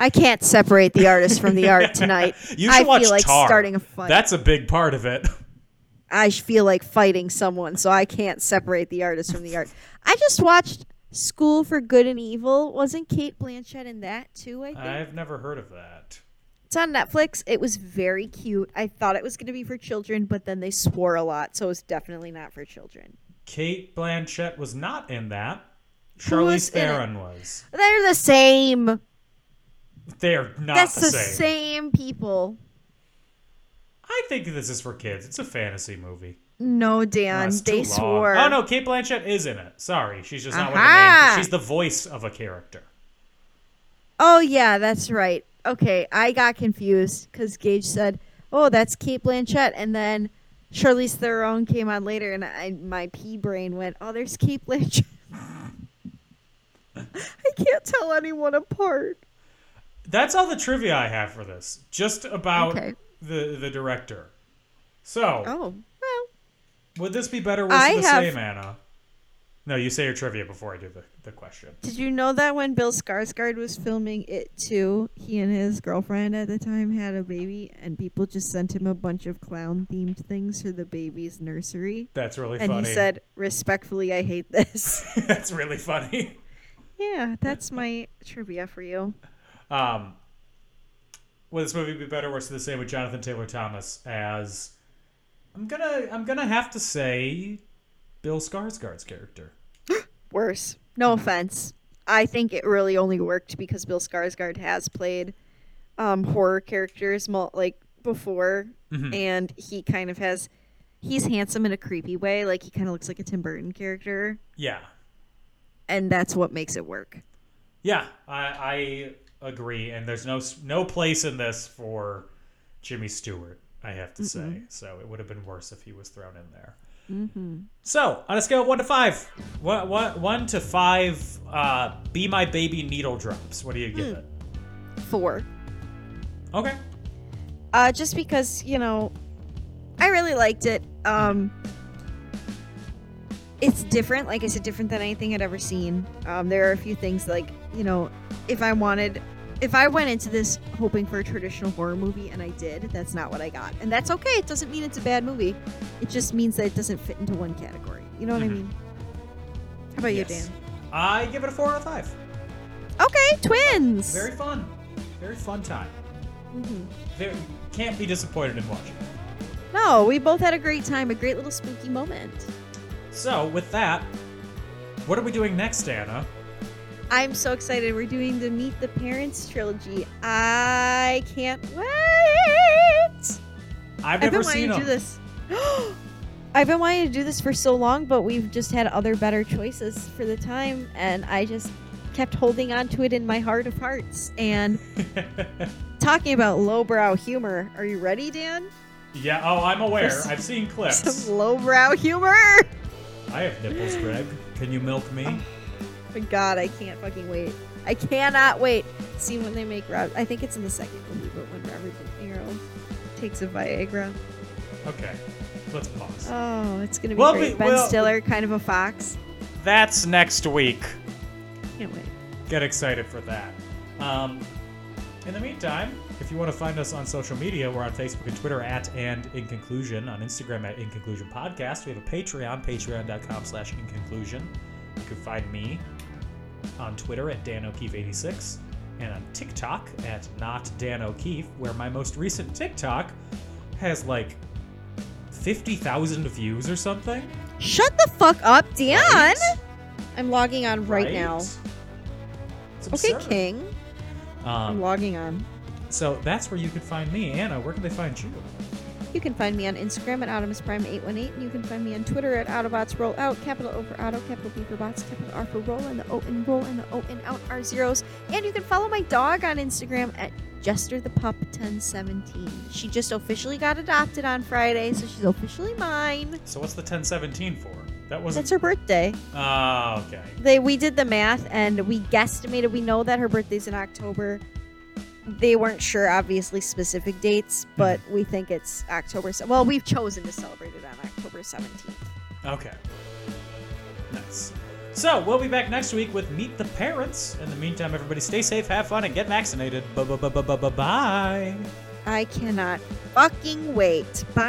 S2: I can't separate the artist from the
S1: *laughs*
S2: art tonight.
S1: you
S2: I
S1: should watch
S2: feel like
S1: Tar.
S2: starting a fight.
S1: That's a big part of it. *laughs*
S2: I sh- feel like fighting someone, so I can't separate the artist from the art. I just watched School for Good and Evil. Wasn't Kate Blanchett in that too? I think
S1: I've never heard of that.
S2: it's on Netflix. It was very cute. I thought it was going to be for children, but then they swore a lot, so it's definitely not for children.
S1: Kate Blanchett was not in that.
S2: Who was
S1: Charlize
S2: in it?
S1: Theron was.
S2: They're the same.
S1: They're not
S2: That's
S1: the,
S2: the
S1: same.
S2: same people.
S1: I think this is for kids. It's a fantasy movie.
S2: No,
S1: Oh,
S2: Dan.
S1: it's too
S2: they
S1: long.
S2: swore.
S1: Oh no, Kate Blanchett is in it. Sorry, she's just not one of the
S2: Aha!
S1: main. She's the voice of a character.
S2: Oh yeah, that's right. okay, I got confused because Gage said, "Oh, that's Kate Blanchett," and then Charlize Theron came on later, and I my pea brain went, "Oh, there's Kate Blanchett." *laughs* I can't tell anyone apart.
S1: That's all the trivia I have for this. Just about
S2: Okay.
S1: the the director. So
S2: Oh, well,
S1: would this be better worse
S2: I
S1: the
S2: have-
S1: same, Anna? No, you say your trivia before I do the, the question.
S2: Did you know that when Bill Skarsgård was filming it too, he and his girlfriend at the time had a baby, and people just sent him a bunch of clown themed things for the baby's nursery,
S1: That's really
S2: and
S1: funny.
S2: he said, "Respectfully, I hate this."
S1: *laughs* That's really funny.
S2: yeah, that's my trivia for you.
S1: Um, would this movie be better, worse, or the same with Jonathan Taylor Thomas as? I'm gonna, I'm gonna have to say, Bill Skarsgård's character.
S2: Worse. No offense. I think it really only worked because Bill Skarsgård has played um, horror characters mul- like before, and he kind of has. He's handsome in a creepy way, like he kind of looks like a Tim Burton character.
S1: Yeah,
S2: and that's what makes it work.
S1: yeah, I, I agree. And there's no, s- no place in this for Jimmy Stewart. I have to say, so it would have been worse if he was thrown in there. So, on a scale of one to five, what, what, one to five, uh, be my baby needle drops. What do you give it?
S2: Four.
S1: Okay,
S2: Uh, just because you know, I really liked it. Um, it's different, like I said, different than anything I'd ever seen. Um, there are a few things like you know, if I wanted, if I went into this hoping for a traditional horror movie and I did, that's not what I got, and that's okay. It doesn't mean it's a bad movie. It just means that it doesn't fit into one category. You know what I mean? How about you,
S1: Mm-hmm. Yes. I give it a four out of five.
S2: Dan? Okay, twins. Mm-hmm.
S1: Very fun. Very fun time. Very, can't be disappointed in watching.
S2: no, we both had a great time, a great little spooky moment.
S1: So, with that, what are we doing next, Anna?
S2: I'm so excited. We're doing the Meet the Parents trilogy. I can't wait.
S1: I've
S2: I've
S1: never
S2: been
S1: seen
S2: wanting to do
S1: them.
S2: this. *gasps* I've been wanting to do this for so long, but we've just had other better choices for the time, and I just kept holding on to it in my heart of hearts.
S1: *laughs*
S2: And talking about lowbrow humor, are you ready, Dan?
S1: Yeah. Oh, I'm aware.
S2: First-
S1: I've seen clips.
S2: *laughs* Some lowbrow humor.
S1: I have nipples, Greg. Can you milk
S2: *laughs*
S1: me?
S2: My God, I can't fucking wait. I cannot wait. See when they make Rob. I think it's in the second movie, but when Robert De Niro takes a Viagra.
S1: Okay. Let's pause.
S2: Oh, it's gonna be
S1: Well,
S2: great.
S1: we-
S2: ben
S1: well-
S2: Stiller, kind of a fox.
S1: That's next week.
S2: Can't wait.
S1: Get excited for that. Um, in the meantime, if you want to find us on social media, we're on Facebook and Twitter at and in conclusion, on Instagram at in conclusion podcast. We have a Patreon, patreon.com slash in conclusion. You can find me on Twitter at Dan O'Keefe86 and on TikTok at not Dan O'Keefe, where my most recent TikTok has like 50,000 views or something.
S2: Shut the fuck up, Dan.
S1: Right?
S2: I'm logging on right, now.
S1: It's
S2: Okay,
S1: absurd.
S2: King. I'm
S1: Um,
S2: logging on.
S1: so that's where you can find me. Anna, where can they find you?
S2: You can find me on Instagram at Automus Prime 818, and you can find me on Twitter at Autobots Roll Out, capital O for Auto, capital B for Bots, capital R for Roll, and the O in Roll, and the O in Out are zeros. And you can follow my dog on Instagram at Jester the Pup 1017. She just officially got adopted on Friday, so she's officially mine.
S1: So what's the 1017 for? That
S2: That's
S1: wasn't.
S2: her birthday.
S1: Ah, okay.
S2: They we did the math and we guesstimated. We know that her birthday's in October. They weren't sure, obviously, specific dates, but we think it's October. se- Well, we've chosen to celebrate it on October seventeenth.
S1: Okay. Nice. So we'll be back next week with Meet the Parents. In the meantime, everybody stay safe, have fun, and get vaccinated. Bye.
S2: I cannot fucking wait. Bye.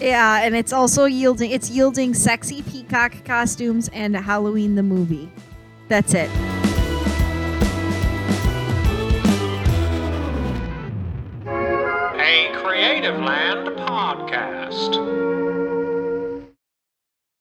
S2: Yeah, and it's also yielding. It's yielding sexy peacock costumes and Halloween the movie. That's it.
S4: a Creative Land podcast.